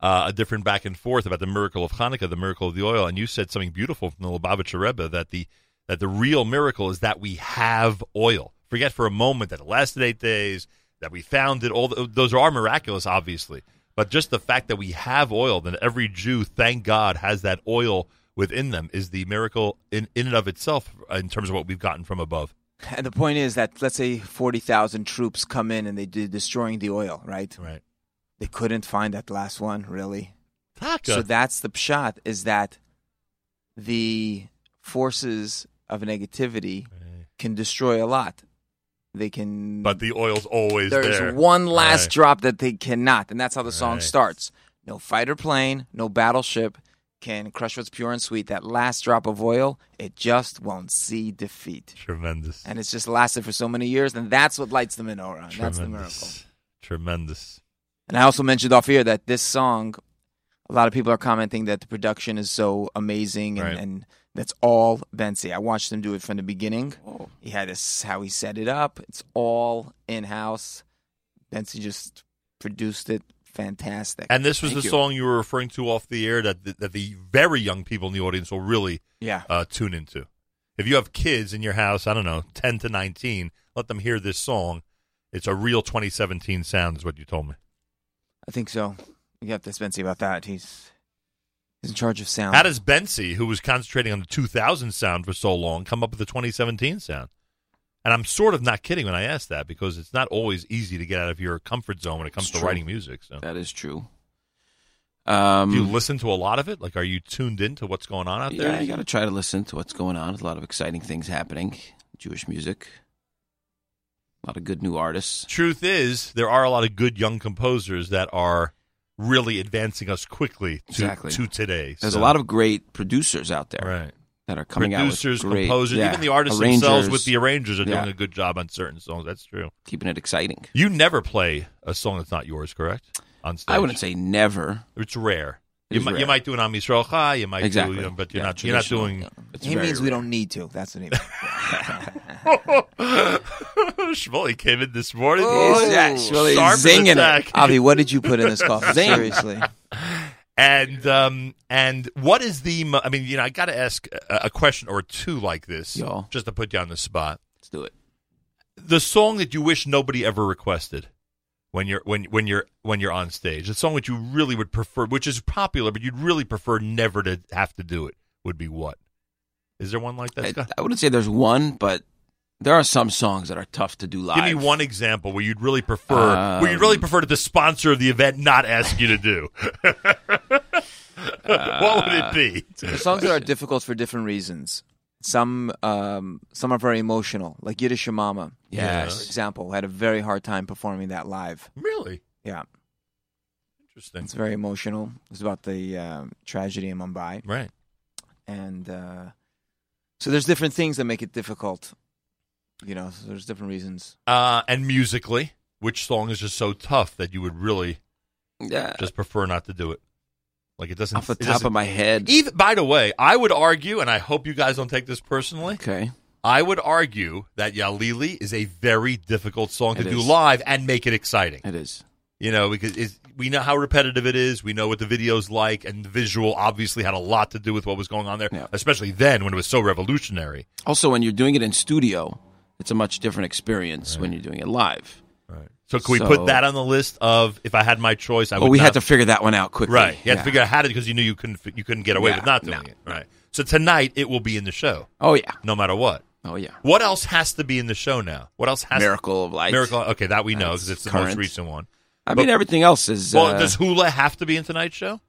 uh, a different back and forth about the miracle of Hanukkah, the miracle of the oil, and you said something beautiful from the Lubavitcher Rebbe that the that the real miracle is that we have oil. Forget for a moment that it lasted eight days, that we found it. All th those are miraculous, obviously, but just the fact that we have oil, that every Jew, thank God, has that oil within them, is the miracle in in and of itself uh, in terms of what we've gotten from above.
And the point is that let's say forty thousand troops come in and they do destroying the oil, right?
Right.
They couldn't find that last one, really.
Taka.
So that's the pshat is that the forces of negativity can destroy a lot. They can
but the oil's always
there's
there.
one last
Right.
drop that they cannot, and that's how the song
Right.
starts. No fighter plane, no battleship can crush what's pure and sweet. That last drop of oil, it just won't see defeat.
Tremendous.
And it's just lasted for so many years, and that's what lights the menorah. And
Tremendous.
that's the miracle.
Tremendous.
And I also mentioned off here that this song, a lot of people are commenting that the production is so amazing, and,
Right.
and that's all Bensi. I watched him do it from the beginning.
Oh.
He had this how he set it up. It's all in house. Bensi just produced it fantastic.
And this was
Thank
the
you.
song you were referring to off the air that the, that the very young people in the audience will really
yeah,
uh, tune into. If you have kids in your house, I don't know, 10 to 19, let them hear this song. It's a real 2017 sound, is what you told me.
I think so. You got this Bensi about that. He's he's in charge of
Oh.
sound.
How does Bensi, who was concentrating on the 2000 sound for so long, come up with the 2017 sound? And I'm sort of not kidding when I ask that because it's not always easy to get out of your comfort zone when it comes
It's
to
true.
writing music. So,
That is true. Um,
do you listen to a lot of it? Like, are you tuned into what's going on out there?
Yeah, you got to try to listen to what's going on. There's a lot of exciting things happening. Jewish music, a lot of good new artists.
Truth is, there are a lot of good young composers that are really advancing us quickly to,
Exactly.
to today.
There's
So-
a lot of great producers out there
right.
that are coming
producers,
out with great,
composers,
yeah,
even the artists themselves
arrangers,
with the arrangers are
Yeah.
doing a good job on certain songs. That's true.
keeping it exciting.
You never play a song that's not yours, correct? On stage,
I wouldn't say never.
it's rare.
It
you,
is
might, you
rare.
might do an Am Yisrael Chai, you might
exactly,
do, you know, but you're
Yeah,
not you're not
traditional.
doing.
It's
he
very
means we
rare.
don't need to. That's what he means.
Schmuley came in this morning.
Oh, yeah, Shmuley
sharp as
zinging
a
it.
tack.
Avi, what did you put in this coffee?
Zing.
Seriously.
And um, and what is the? mo- I mean, you know, I got to ask a, a question or two like this,
Yeah.
just to put you on the spot.
Let's do it.
The song that you wish nobody ever requested when you're when when you're when you're on stage, the song that you really would prefer, which is popular, but you'd really prefer never to have to do it, would be what? Is there one like that?
I,
Scott?
I wouldn't say there's one, but there are some songs that are tough to do live.
Give me one example where you'd really prefer where you'd
Um,
really prefer that the sponsor of the event not ask you to do. what would it be?
The songs that are difficult for different reasons. Some um, some are very emotional, like Yiddish Mama, for
Yes.
example, had a very hard time performing that live.
Really
Yeah,
interesting,
it's very emotional. It was about the um tragedy in Mumbai,
right?
and uh, so there's different things that make it difficult. You know, so there's different reasons.
Uh, and musically, which song is just so tough that you would really
Yeah.
just prefer not to do it? Like it doesn't.
Off the
it
top
doesn't-
of my head.
Even by the way, I would argue, and I hope you guys don't take this personally.
Okay.
I would argue that Yalili is a very difficult song to
It
do
is.
live and make it exciting.
It is.
You know, because it's, we know how repetitive it is. We know what the video's like, and the visual obviously had a lot to do with what was going on there,
Yeah.
especially then when it was so revolutionary.
Also, when you're doing it in studio, it's a much different experience when you're doing it live.
Right. So, can we
So-
put that on the list of if I had my choice, I
But
would.
we
not,
had to figure that one out quickly.
right. You had
Yeah.
to figure out how to because you knew you couldn't fi- you couldn't get away
Yeah,
with not doing
no,
it. Right. So tonight it will be in the show,
Oh yeah.
no matter what.
Oh yeah.
What else has to be in the show now? What else has
Miracle of Light.
Miracle? Okay, that we know because
That's
it's the most
current.
recent one.
I mean, everything else is.
Well,
uh,
does Hula have to be in tonight's show?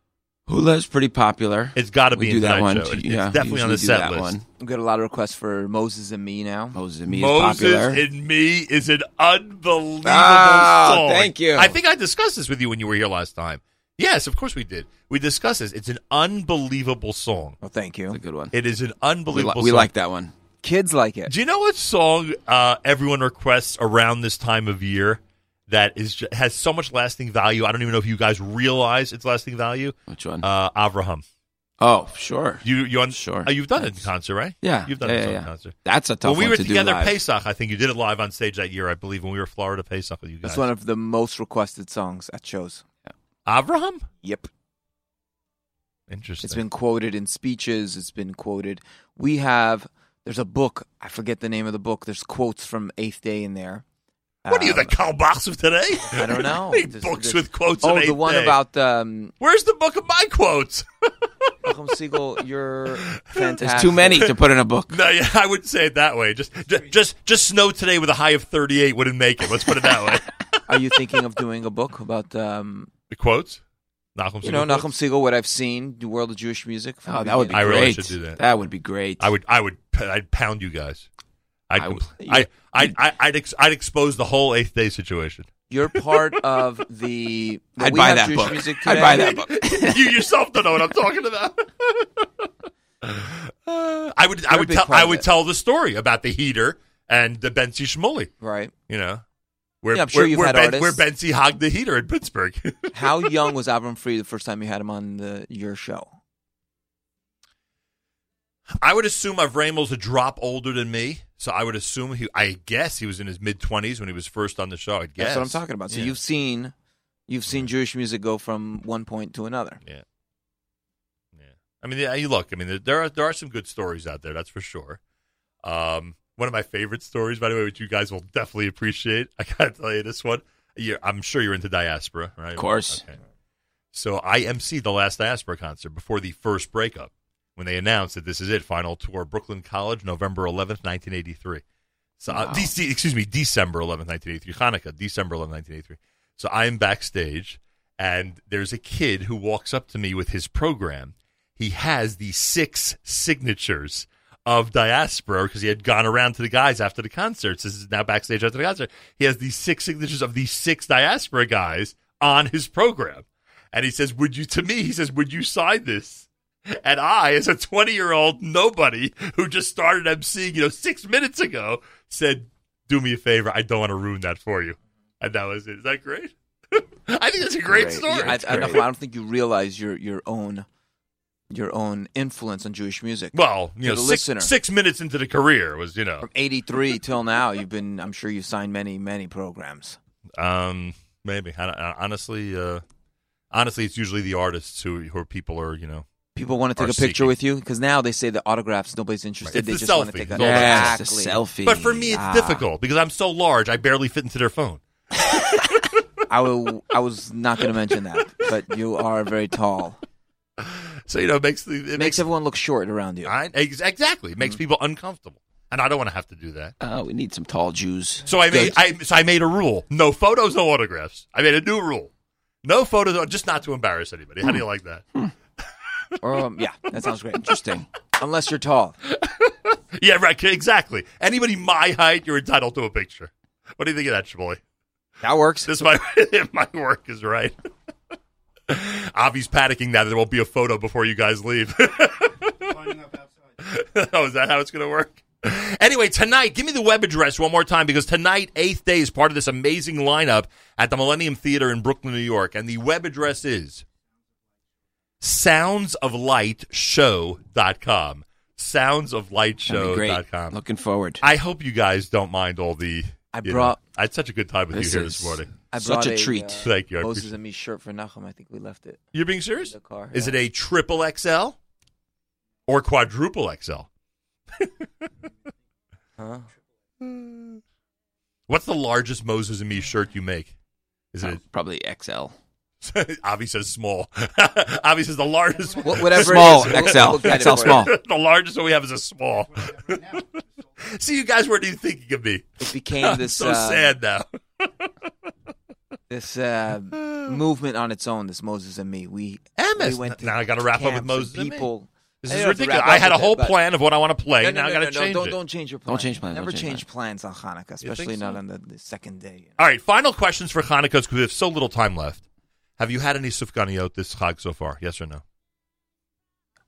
Hula is pretty popular.
It's got to
we
be
do
in
that
tonight's
one.
show. It's-
yeah,
it's definitely on
usually
the
do
set
that
list.
One.
We've got a lot of requests for Moses and Me now.
Moses and me is
Moses
popular.
and Me is an unbelievable
Ah,
song.
thank you.
I think I discussed this with you when you were here last time. Yes, of course we did. We discussed this. It's an unbelievable song.
Well, thank
It's a
you.
good one.
It is an
we li-
unbelievable
we
song.
like that one.
Kids like it.
Do you know what song uh, everyone requests around this time of year that is ju- has so much lasting value? I don't even know if you guys realize its lasting value.
Which one?
Uh, Avraham.
oh, sure.
You you on,
Sure.
uh, you've done it in concert, right?
Yeah,
You've done
yeah,
it in
yeah, yeah.
concert.
That's a tough
When we
one
were
to
together
do
at
live.
Pesach, I think you did it live on stage that year, I believe, when we were Florida Pesach with you guys.
It's one of the most requested songs at shows.
Avraham?
Yep.
Interesting.
It's been quoted in speeches. It's been quoted. We have there's a book. I forget the name of the book. There's quotes from Eighth Day in there.
what are you,
Um,
the Karl Bachs of today?
I don't know.
Big
There's-
books
there's-
with quotes. of
Oh, the
Eighth
one
Day.
about um,
Where's the book of my quotes?
Malcolm Siegel. You're fantastic.
There's too many to put in a book.
no, yeah, I wouldn't say it that way. Just, ju- just, just snow today with a high of thirty-eight wouldn't make it. Let's put it that way.
Are you thinking of doing a book about um,
the quotes. Nahum
you know
Siegel
Nachum
quotes?
Siegel? What I've seen, the world of Jewish music. from
Oh,
the
that would be
I
great.
really should do that.
would be great.
I would, I would, p- I'd pound you guys. I'd,
I
I
would-
I, I, I'd, ex- I'd expose the whole eighth day situation.
you're part of the.
I'd
we
buy
have
that
Jewish
book.
music
I'd
today.
buy that book.
you yourself don't know what I'm talking about. Uh, I would I
You're a
would
big
tell
part
I
of
would
it.
tell the story about the heater and the Bensi Shmuley.
Right.
You know, where
Yeah, I'm sure
where,
you've
where,
had
ben, where
artists.
Bensi hogged the heater in Pittsburgh.
How young was Avram Free the first time you had him on the your show?
I would assume Avramel's a drop older than me, so I would assume he. I guess he was in his mid twenties when he was first on the show. I guess
That's what I'm talking about. So
Yeah. Mm-hmm.
you've seen, you've seen Jewish music go from one point to another.
I mean, yeah, you look. I mean, there- there are there are some good stories out there. That's for sure. Um, one of my favorite stories, by the way, which you guys will definitely appreciate. I gotta tell you this one. you I'm sure you're into diaspora, right? Of
course.
Okay. So I emceed the last diaspora concert before the first breakup when they announced that this is it, final tour, Brooklyn College, November 11th, 1983. So uh, DC, excuse me, December 11th, 1983, Hanukkah, December 11th, 1983. So I'm backstage, and there's a kid who walks up to me with his program. He has the six signatures of Diaspora because he had gone around to the guys after the concerts. This is now backstage after the concert. He has these six signatures of these six Diaspora guys on his program. And he says, Would you, to me, he says, Would you sign this? And I, as a 20 year old nobody who just started emceeing, you know, six minutes ago, said, Do me a favor. I don't want to ruin that for you. And that was it. Is that great? I think that's a great, story.
I, I, don't, I don't think you realize your your own your own influence on Jewish music.
well, you
To
know,
the
six,
listener.
six minutes into the career was, you know.
From '83 till now, you've been. I'm sure you've signed many many programs.
Um, maybe. I, I- honestly, uh, honestly, it's usually the artists who who are people are you know.
People want to
Are
take a picture
seeking.
with you because now they say the autographs. Nobody's interested.
It's
they
the
just want
selfie.
to
It's
take a
all about
Yeah, it's
exactly.
a selfie.
But for me, it's
Ah.
difficult because I'm so large, I barely fit into their phone.
I will. I was not going to mention that, but you are very tall.
So you know, it makes the it
It makes
makes,
everyone look short around you.
I, ex- exactly it makes people uncomfortable, and I don't want to have to do that.
Uh, we need some tall Jews.
So I made
Good.
I so I made a rule: no photos, no autographs. I made a new rule: no photos, just not to embarrass anybody. How do you like that?
Or, um, yeah, that sounds great.
Interesting.
Unless you're tall.
Yeah, right. Exactly. Anybody my height, you're entitled to a picture. What do you think of that, Shabali?
That works.
This my my work is right. Avi's panicking now that there won't be a photo before you guys leave. oh, is that how it's going to work? Anyway, tonight, give me the web address one more time because tonight, eighth day, is part of this amazing lineup at the Millennium Theater in Brooklyn, New York. And the web address is soundsoflightshow.com.
That'd be great.
Soundsoflightshow.com.
Looking forward.
I hope you guys don't mind all the.
I
you know,
brought-
I had such a good time with
This
you here
is-
this morning.
I
Such
brought
a treat.
uh,
Thank you. I
Moses
appreciate-
and me shirt for Nachum. I think we left it.
You're being serious?
The car,
Is
yeah.
it a triple XL or quadruple XL?
Huh?
What's the largest Moses and Me shirt you make? Is it?
Probably XL.
Avi says small. Avi says the largest.
Wh- Whatever.
Small,
it is, we'll-
XL,
we'll get it
XL
for you.
small.
the largest one we have is a small. See, you guys weren't even thinking of me.
It became
I'm
this
so
uh,
sad now.
this uh, movement on its own. This Moses and me. We
Emma's-
we went to
now I gotta wrap up with
camps and
Moses and me.
people.
This
I
is
don't have to
ridiculous.
wrap
I
up
had a
with it,
whole
but-
plan of what I want to play.
No,
now
no,
I
no,
got to
no,
change
don't,
it.
Don't change your plan.
Don't change plans,
Never
don't change
change plans on Hanukkah, especially
so?
not on the, the second day.
All right, final questions for Hanukkah because we have so little time left. Have you had any sufganiyot this Chag so far? Yes or no?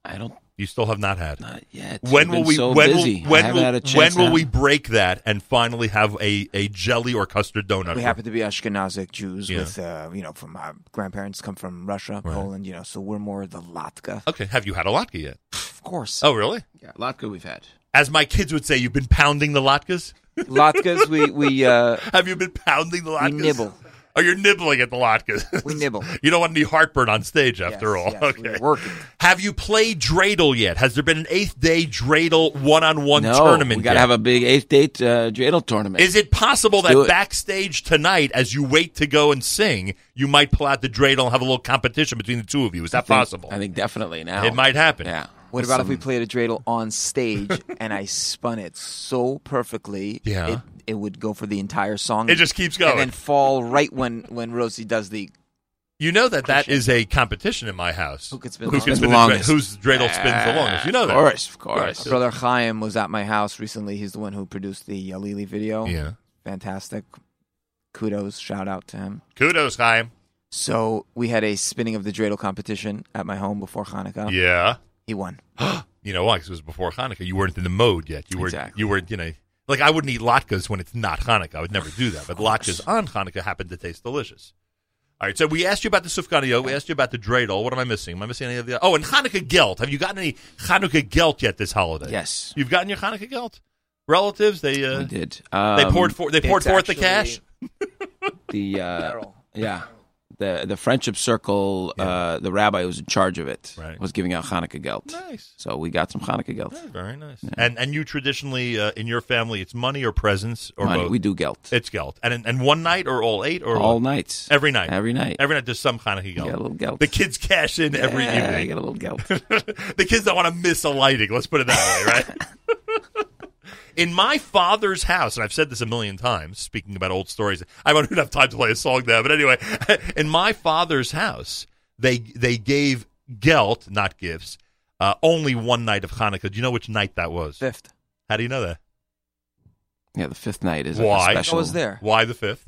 I don't.
You still have not had.
Not yet.
when
I've
will
been
we
So
when
busy.
will when
I haven't
will,
had a
when
chance
will
now.
we break that and finally have a, a jelly or custard donut?
We happen to be Ashkenazic Jews
Yeah.
with, uh, you know, from our grandparents come from Russia,
Right.
Poland, you know, so we're more the latke.
okay, have you had a latke yet?
Of course.
Oh, really?
Yeah, latke we've had.
As my kids would say, you've been pounding the latkes.
Latkes, we, we, uh,
Have you been pounding the
we
latkes?
nibble.
Oh, you're nibbling at the latkes.
We nibble.
you don't want any heartburn on stage after
Yes,
all.
yes,
okay.
We're working.
have you played dreidel yet? Has there been an eighth day dreidel one on one
no,
tournament?
we gotta
yet?
have a big eighth date uh, dreidel tournament.
Is it possible
do
that
it.
backstage tonight, as you wait to go and sing, you might pull out the dreidel and have a little competition between the two of you? Is that
I think-
possible?
I think definitely now
it might happen.
Yeah.
What about if we played a dreidel on stage and I spun it so perfectly,
Yeah.
it, it would go for the entire song.
It just keeps going.
And then fall right when, when Rosie does the
You know that that is a competition in my house.
Who could spin
Who
the
can spin
longest?
The
dre-
longest.
whose dreidel spins the longest? You know
Of
that.
course, of course.
Right.
Brother Chaim was at my house recently. He's the one who produced the Yalili video.
Yeah.
Fantastic. Kudos, shout out to him.
Kudos, Chaim.
So we had a spinning of the dreidel competition at my home before Hanukkah.
Yeah.
He won.
You know why? 'Cause it was before Hanukkah. You weren't in the mode yet. You were.
Exactly.
You were. You know, like I wouldn't eat latkes when it's not Hanukkah. I would never do that. But latkes on Hanukkah happen to taste delicious. All right. So we asked you about the sufganiyot. We asked you about the dreidel. What am I missing? Am I missing any of the? Oh, and Hanukkah gelt. Have you gotten any Hanukkah gelt yet this holiday?
Yes,
You've gotten your Hanukkah gelt. Relatives, they uh,
we did.
they
Um,
poured for they poured
it's
forth the
actually-
cash.
the uh, yeah the the friendship circle. Uh, the rabbi who was in charge of it
Right.
was giving out Hanukkah gelt.
Nice.
So we got some Hanukkah gelt.
Oh, Very nice. And and you traditionally uh, in your family, it's money or presents or
Money.
both.
We do gelt
It's gelt. And and one night or all eight or
all
what?
nights,
every night.
every night.
Every night there's some kind of gelt.
Get a little gelt.
The kids cash in every
yeah, I
evening.
get a little gelt.
the kids don't want to miss a lighting. Let's put it that way, right? in my father's house, and I've said this a million times, speaking about old stories, I don't even have time to play a song now, but anyway, in my father's house, they they gave gelt, not gifts, uh, only one night of Hanukkah. Do you know which night that was?
fifth.
How do you know that?
yeah, the fifth night is
Why?
A special.
I was there.
Why the fifth?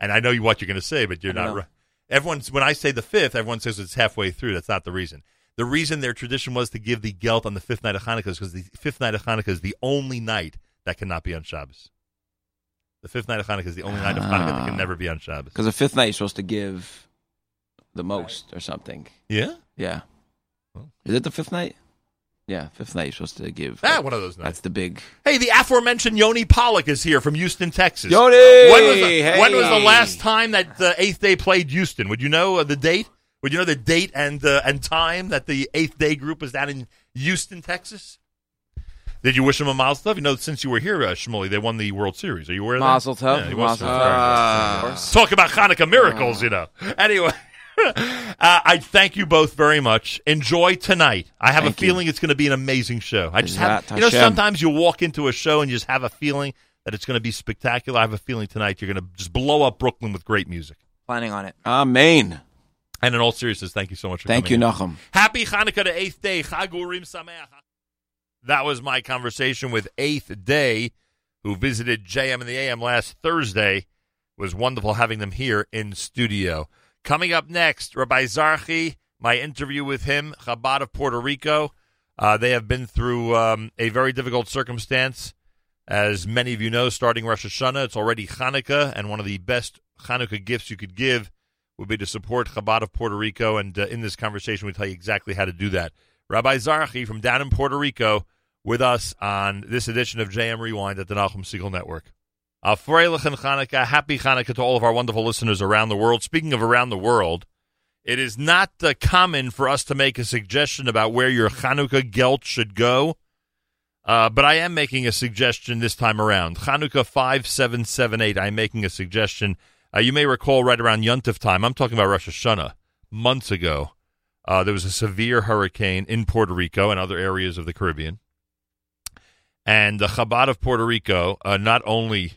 And I know you what you're going to say, but you're
I don't
not
know.
right. Everyone's when I say the fifth, everyone says it's halfway through. That's not the reason. The reason their tradition was to give the gelt on the fifth night of Hanukkah is because the fifth night of Hanukkah is the only night that cannot be on Shabbos. The fifth night of Hanukkah is the only night of Hanukkah that
Ah.
can never be on Shabbos.
Because the fifth night you're supposed to give the most or something.
Yeah,
Yeah.
Well.
Is it the fifth night? Yeah, fifth night you're supposed to give.
ah, one of those nights.
That's the big.
Hey, the aforementioned Yoni Pollock is here from Houston, Texas.
Yoni!
when was the,
Hey!
when was the last time that uh, Eighth Day played Houston? Would you know uh, the date? Would you know the date and uh, and time that the Eighth Day group was down in Houston, Texas? Did you wish them a mazel tov? You know, since you were here, uh, Shmuley, they won the World Series. Are you aware of that?
Mazel tov,
Yeah, he was-
mazel
tov.
Of course.
Talk about Hanukkah
Ah.
miracles, you know. Anyway, uh, I thank you both very much. Enjoy tonight. I have
Thank
a
you.
feeling it's going to be an amazing show. I just have,
Bezrat
you know,
Hashem.
sometimes you walk into a show and you just have a feeling that it's going to be spectacular. I have a feeling tonight you're going to just blow up Brooklyn with great music.
Planning on it.
Uh,
Amen.
And in all seriousness, thank you so much for
Thank
coming
you,
in.
Nachum.
Happy Hanukkah to Eighth Day. Chag Urim Sameach. That was my conversation with Eighth Day, who visited JM and the AM last Thursday. It was wonderful having them here in studio. Coming up next, Rabbi Zarchi, my interview with him, Chabad of Puerto Rico. Uh, they have been through um, a very difficult circumstance. As many of you know, starting Rosh Hashanah, it's already Hanukkah, and one of the best Hanukkah gifts you could give would be to support Chabad of Puerto Rico. And uh, in this conversation, we tell you exactly how to do that. Rabbi Zarachi from down in Puerto Rico with us on this edition of JM Rewind at the Nahum Siegel Network. Afreilich and Hanukkah, happy Hanukkah to all of our wonderful listeners around the world. Speaking of around the world, it is not uh, common for us to make a suggestion about where your Hanukkah gelt should go. Uh, but I am making a suggestion this time around. Hanukkah 5778, I'm making a suggestion. Uh, you may recall right around Yuntif time, I'm talking about Rosh Hashanah, months ago, uh, there was a severe hurricane in Puerto Rico and other areas of the Caribbean. And the Chabad of Puerto Rico uh, not only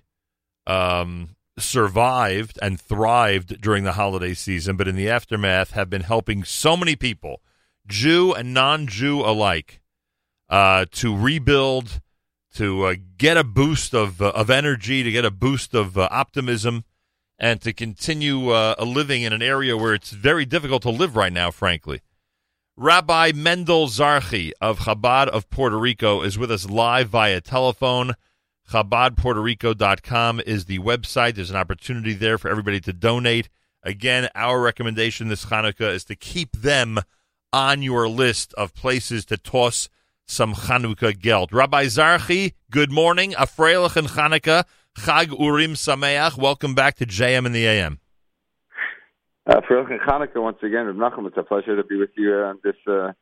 um, survived and thrived during the holiday season, but in the aftermath have been helping so many people, Jew and non Jew alike uh, to rebuild, to uh, get a boost of uh, of energy, to get a boost of uh, optimism, and to continue uh, living in an area where it's very difficult to live right now, frankly. Rabbi Mendel Zarchi of Chabad of Puerto Rico is with us live via telephone. ChabadPuertoRico.com is the website. There's an opportunity there for everybody to donate. Again, our recommendation this Hanukkah is to keep them on your list of places to toss some Hanukkah geld. Rabbi Zarchi, good morning. Afreilich and Hanukkah. Chag Urim Sameach. Welcome back to JM and the AM.
Uh, for Ilkhan Hanukkah, once again, Reb Nachum, it's a pleasure to be with you uh, on this uh,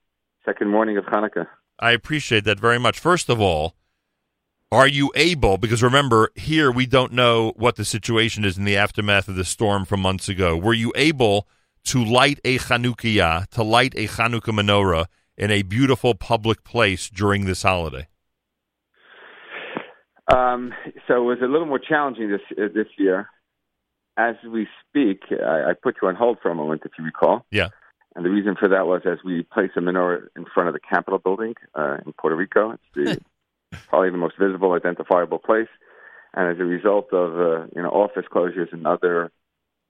second morning of Hanukkah.
I appreciate that very much. First of all, are you able? Because remember, here we don't know what the situation is in the aftermath of the storm from months ago. Were you able to light a Chanukiah, to light a Chanukah menorah in a beautiful public place during this holiday?
Um, so it was a little more challenging this uh, this year. As we speak, I, I put you on hold for a moment, if you recall.
Yeah.
And the reason for that was as we place a menorah in front of the Capitol building uh, in Puerto Rico. It's the, probably the most visible, identifiable place. and as a result of uh, you know office closures and other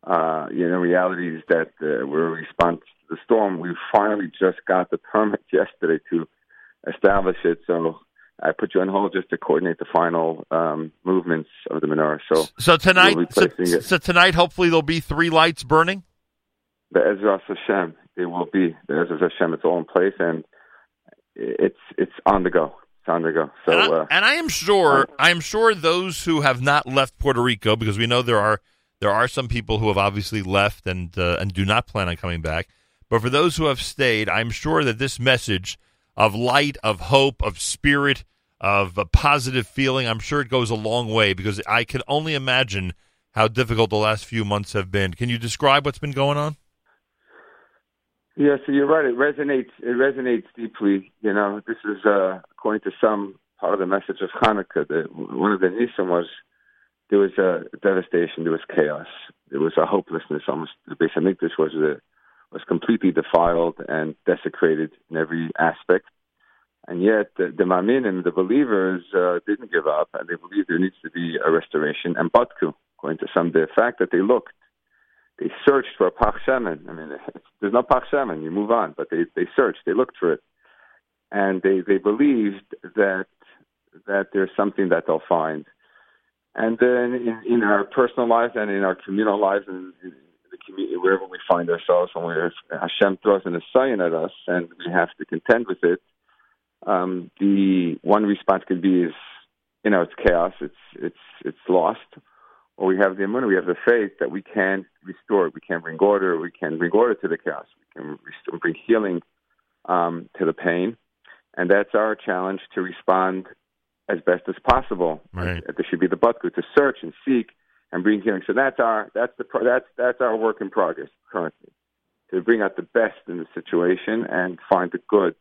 uh, you know realities that uh, were a response to the storm, we finally just got the permit yesterday to establish it. So I put you on hold just to coordinate the final um, movements of the menorah. So
So tonight,
We'll be
so,
placing it.
so tonight, hopefully there'll be three lights burning.
the Ezra Hashem, it will be the Ezra Hashem. It's all in place and it's it's on the go. It's on the go. So
and, I,
uh,
and I am sure, I am sure those who have not left Puerto Rico, because we know there are there are some people who have obviously left and uh, and do not plan on coming back. But for those who have stayed, I'm sure that this message of light, of hope, of spirit, of a positive feeling, I'm sure it goes a long way because I can only imagine how difficult the last few months have been. Can you describe what's been going on?
Yeah, so you're right. It resonates. It resonates deeply. You know, this is uh, according to some part of the message of Hanukkah. That one of the nisim was there was uh, devastation, there was chaos, there was a hopelessness. Almost the base hamikdash was uh was completely defiled and desecrated in every aspect. And yet, the, the Maminim, the believers, uh, didn't give up, and they believe there needs to be a restoration. And Batku, according to some, the fact that they looked they searched for a Pach Shemin. I mean, there's no Pach Shemin. You move on, but they they searched. They looked for it, and they they believed that that there's something that they'll find. And then in, in our personal lives and in our communal lives and in the community, wherever we find ourselves, when we're, Hashem throws an assign at us and we have to contend with it, um, the one response could be is, you know, it's chaos, it's it's it's lost, or we have the immunity, we have the faith that we can restore it. We can bring order. We can bring order to the chaos. We can restore, bring healing um, to the pain. And that's our challenge to respond as best as possible.
Right.
That There should be the butku to search and seek and bring healing. So that's our that's the pro- that's that's our work in progress currently to bring out the best in the situation and find the good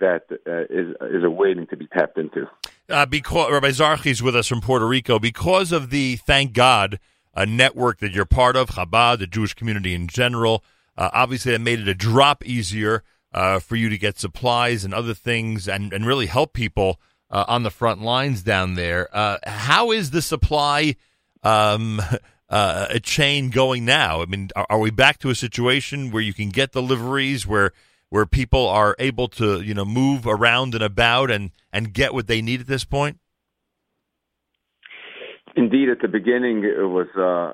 that uh, is is awaiting to be tapped into.
uh, because Rabbi Zarchi is with us from Puerto Rico because of the thank God uh, network that you're part of, Chabad, the Jewish community in general. Uh, obviously, that made it a drop easier uh, for you to get supplies and other things, and and really help people uh, on the front lines down there. Uh, how is the supply um, uh, a chain going now? I mean, are, are we back to a situation where you can get deliveries where where people are able to you know move around and about and and get what they need at this point?
Indeed, at the beginning, it was uh,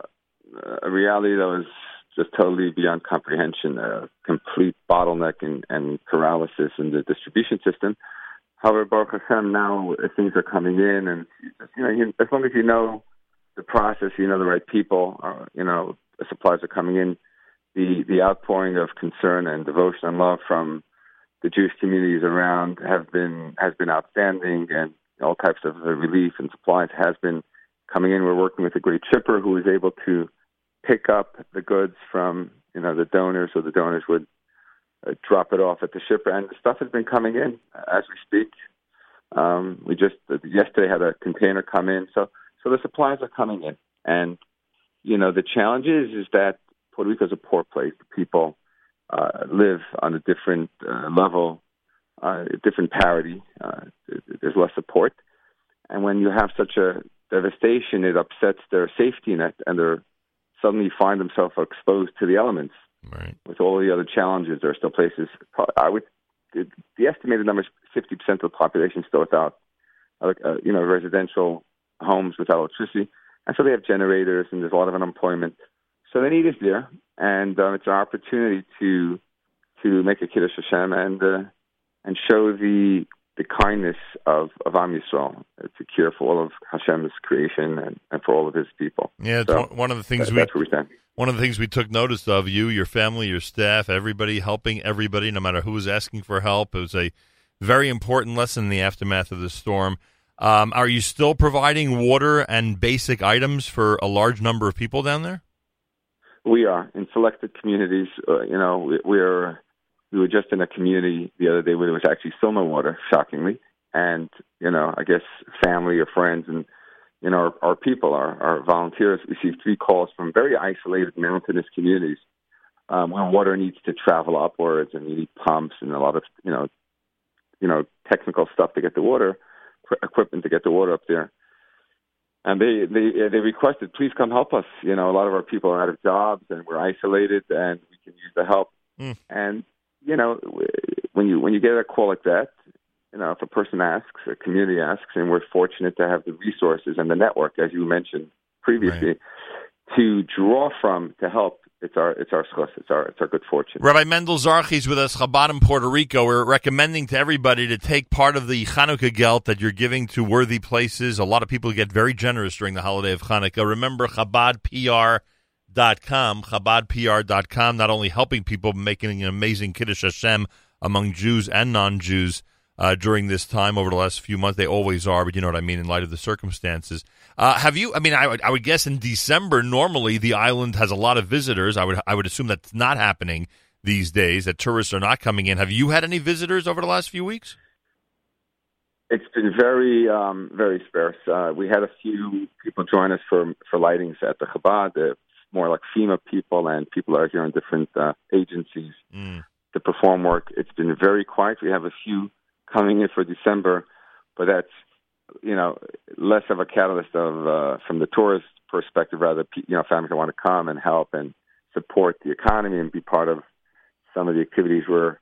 a reality that was just totally beyond comprehension, a complete bottleneck and, and paralysis in the distribution system. However, Baruch Hashem, now uh, things are coming in, and you know, you, as long as you know the process, you know the right people, uh, you know the supplies are coming in. The the outpouring of concern and devotion and love from the Jewish communities around have been has been outstanding, and all types of uh, relief and supplies has been coming in. We're working with a great shipper who is able to pick up the goods from you know the donors, so the donors would uh, drop it off at the shipper, and the stuff has been coming in uh, as we speak. Um, we just uh, yesterday had a container come in, so so the supplies are coming in, and you know the challenge is is that Puerto Rico is a poor place. The people uh, live on a different uh, level, uh, different parity. Uh, th- th- there's less support, and when you have such a devastation, it upsets their safety net, and they're suddenly find themselves exposed to the elements
Right.
with all the other challenges, there are still places. I would the the estimated number is fifty percent of the population still without, uh, you know, residential homes without electricity, and so they have generators, and there's a lot of unemployment. So the need is there, and um, it's an opportunity to to make a kiddush Hashem and uh, and show the the kindness of of Am Yisrael uh, to care for all of Hashem's creation and, and for all of His people.
Yeah, it's
So,
one, one of the things
That-
we
that's where we stand.
one of the things we took notice of you, your family, your staff, everybody helping everybody, no matter who was asking for help. It was a very important lesson in the aftermath of the storm. Um, are you still providing water and basic items for a large number of people down there?
We are in selected communities. Uh, you know, we, we're we were just in a community the other day where there was actually still no water, shockingly. And you know, I guess family or friends and you know our, our people, our, our volunteers received three calls from very isolated mountainous communities um, where water needs to travel upwards and you need pumps and a lot of you know you know technical stuff to get the water, equi- equipment to get the water up there. and they they they requested, please come help us. You know, a lot of our people are out of jobs and we're isolated, and we can use the help.
Mm.
And you know, w- when you when you get a call like that, you know, if a person asks, a community asks, and we're fortunate to have the resources and the network, as you mentioned previously, to draw from to help. It's our it's our schus, it's our it's our good fortune.
Rabbi Mendel Zarchi is with us, Chabad in Puerto Rico. We're recommending to everybody to take part of the Hanukkah gelt that you're giving to worthy places. A lot of people get very generous during the holiday of Hanukkah. Remember, ChabadPR.com, ChabadPR.com, not only helping people, but making an amazing Kiddush Hashem among Jews and non-Jews uh, during this time over the last few months. They always are, but you know what I mean in light of the circumstances. Uh, have you? I mean, I would, I would guess in December normally the island has a lot of visitors. I would I would assume that's not happening these days. That tourists are not coming in. Have you had any visitors over the last few weeks?
It's been very, um, very sparse. Uh, we had a few people join us for for lightings at the Chabad, the more like FEMA people and people that are here in different uh, agencies
Mm.
to perform work. It's been very quiet. We have a few coming in for December, but that's you know less of a catalyst of uh, from the tourist perspective. Rather, pe- you know, families that want to come and help and support the economy and be part of some of the activities we're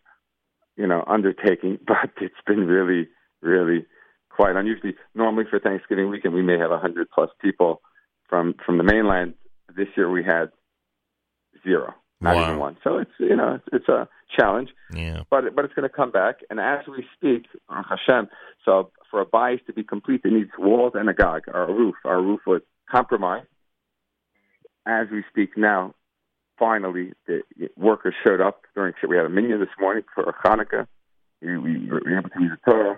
you know undertaking. But it's been really, really quiet. Unusually, normally for Thanksgiving weekend we may have a hundred plus people from from the mainland. This year we had zero, not
Wow.
even one. So it's you know it's, it's a challenge
Yeah.
but but it's going to come back. And as we speak, Baruch Hashem, so for a bias to be complete, it needs walls and a gog, or a roof. Our roof was compromised. As we speak now, finally, the workers showed up during. We had a minyan this morning for Hanukkah. We, we were able to use the Torah,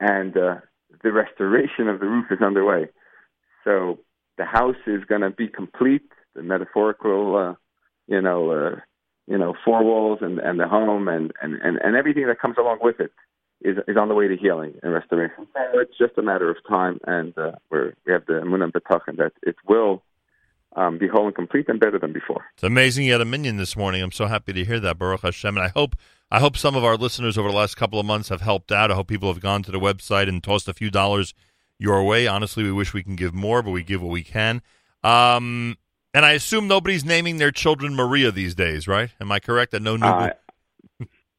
and uh, the restoration of the roof is underway. So the house is going to be complete. The metaphorical, uh, you know, uh, you know, four walls and, and the home and, and, and, and everything that comes along with it is, is on the way to healing and restoration. So it's just a matter of time, and uh, we're, we have the Munam B'tachin that it will um, be whole and complete and better than before.
It's amazing you had a minion this morning. I'm so happy to hear that, Baruch Hashem. And I hope I hope some of our listeners over the last couple of months have helped out. I hope people have gone to the website and tossed a few dollars your way. Honestly, we wish we can give more, but we give what we can. Um, and I assume nobody's naming their children Maria these days, right? Am I correct that no new?
Uh,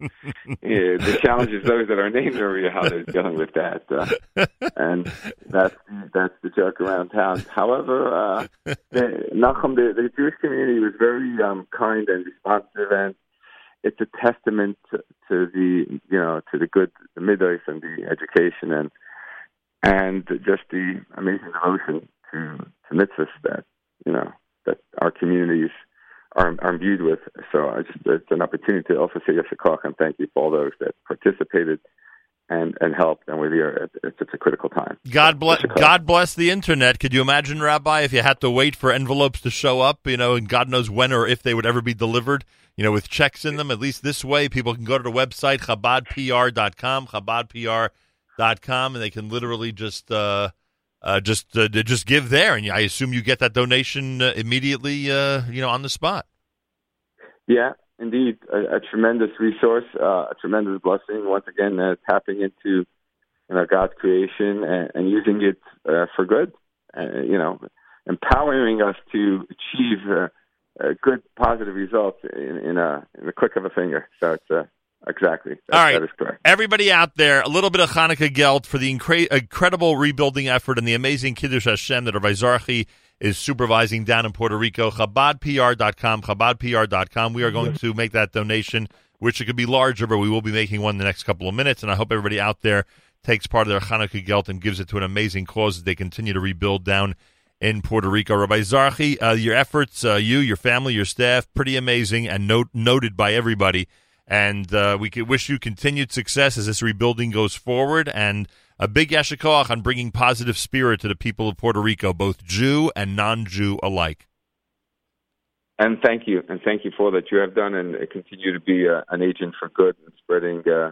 yeah, the challenge is those that are named Maria, how they're dealing with that, uh, and that's that's the joke around town. However, uh, the, Nachum, the, the Jewish community was very um, kind and responsive, and it's a testament to, to the you know to the good the midwives and the education and and just the amazing devotion to to mitzvahs that you know that our communities are, are imbued with. So I just, it's an opportunity to also say yes to Koch and thank you for all those that participated and, and helped and were here at, at such a critical time.
God bless.
Chicago.
God bless the internet. Could you imagine, Rabbi, if you had to wait for envelopes to show up? You know, and God knows when or if they would ever be delivered. You know, with checks in them. At least this way, people can go to the website chabadpr.com, chabadpr.com, and they can literally just uh, uh, just uh, d- just give there. And I assume you get that donation uh, immediately. Uh, you know, on the spot.
Yeah, indeed, a, a tremendous resource, uh, a tremendous blessing. Once again, uh, tapping into you know God's creation and, and using it uh, for good. Uh, you know, empowering us to achieve uh, uh, good, positive results in, in a in the click of a finger. So it's uh, exactly that,
All right.
that is correct.
Everybody out there, a little bit of Hanukkah gelt for the incre- incredible rebuilding effort and the amazing Kiddush Hashem that Rabbi Zarchi is supervising down in Puerto Rico. ChabadPR.com, ChabadPR.com. We are going to make that donation, which it could be larger, but we will be making one in the next couple of minutes. And I hope everybody out there takes part of their Hanukkah gelt and gives it to an amazing cause as they continue to rebuild down in Puerto Rico. Rabbi Zarchi, uh, your efforts, uh, you, your family, your staff, pretty amazing and note- noted by everybody. And uh, we could wish you continued success as this rebuilding goes forward. And a big yashikoch on bringing positive spirit to the people of Puerto Rico, both Jew and non Jew alike.
And thank you, and thank you for all that you have done, and uh, continue to be uh, an agent for good and spreading uh,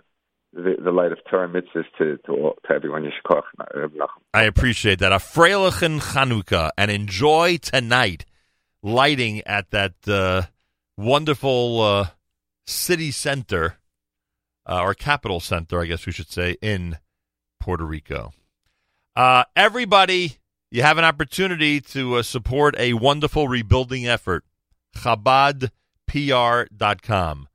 the, the light of Torah and mitzvahs to to, all, to everyone. Yeshikoch, Reb Nachum.
I appreciate that. A Freilichen Chanukah and enjoy tonight lighting at that uh, wonderful uh, city center uh, or capital center, I guess we should say, in Puerto Rico. Uh, everybody You have an opportunity to uh, support a wonderful rebuilding effort. ChabadPR.com.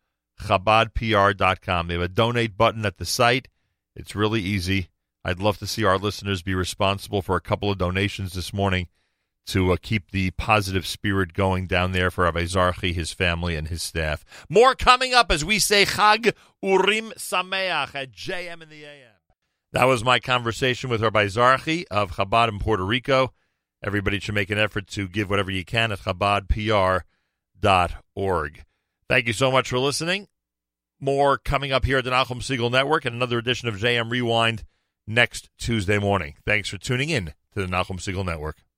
ChabadPR.com. They have a donate button at the site. It's really easy. I'd love to see our listeners be responsible for a couple of donations this morning to uh, keep the positive spirit going down there for Rabbi Zarchi, his family, and his staff. More coming up as we say Chag Urim Sameach at JM in the AM. That was my conversation with Rabbi Zarchi of Chabad in Puerto Rico. Everybody should make an effort to give whatever you can at chabadpr.org. Thank you so much for listening. More coming up here at the Nahum Siegel Network and another edition of JM Rewind next Tuesday morning. Thanks for tuning in to the Nahum Siegel Network.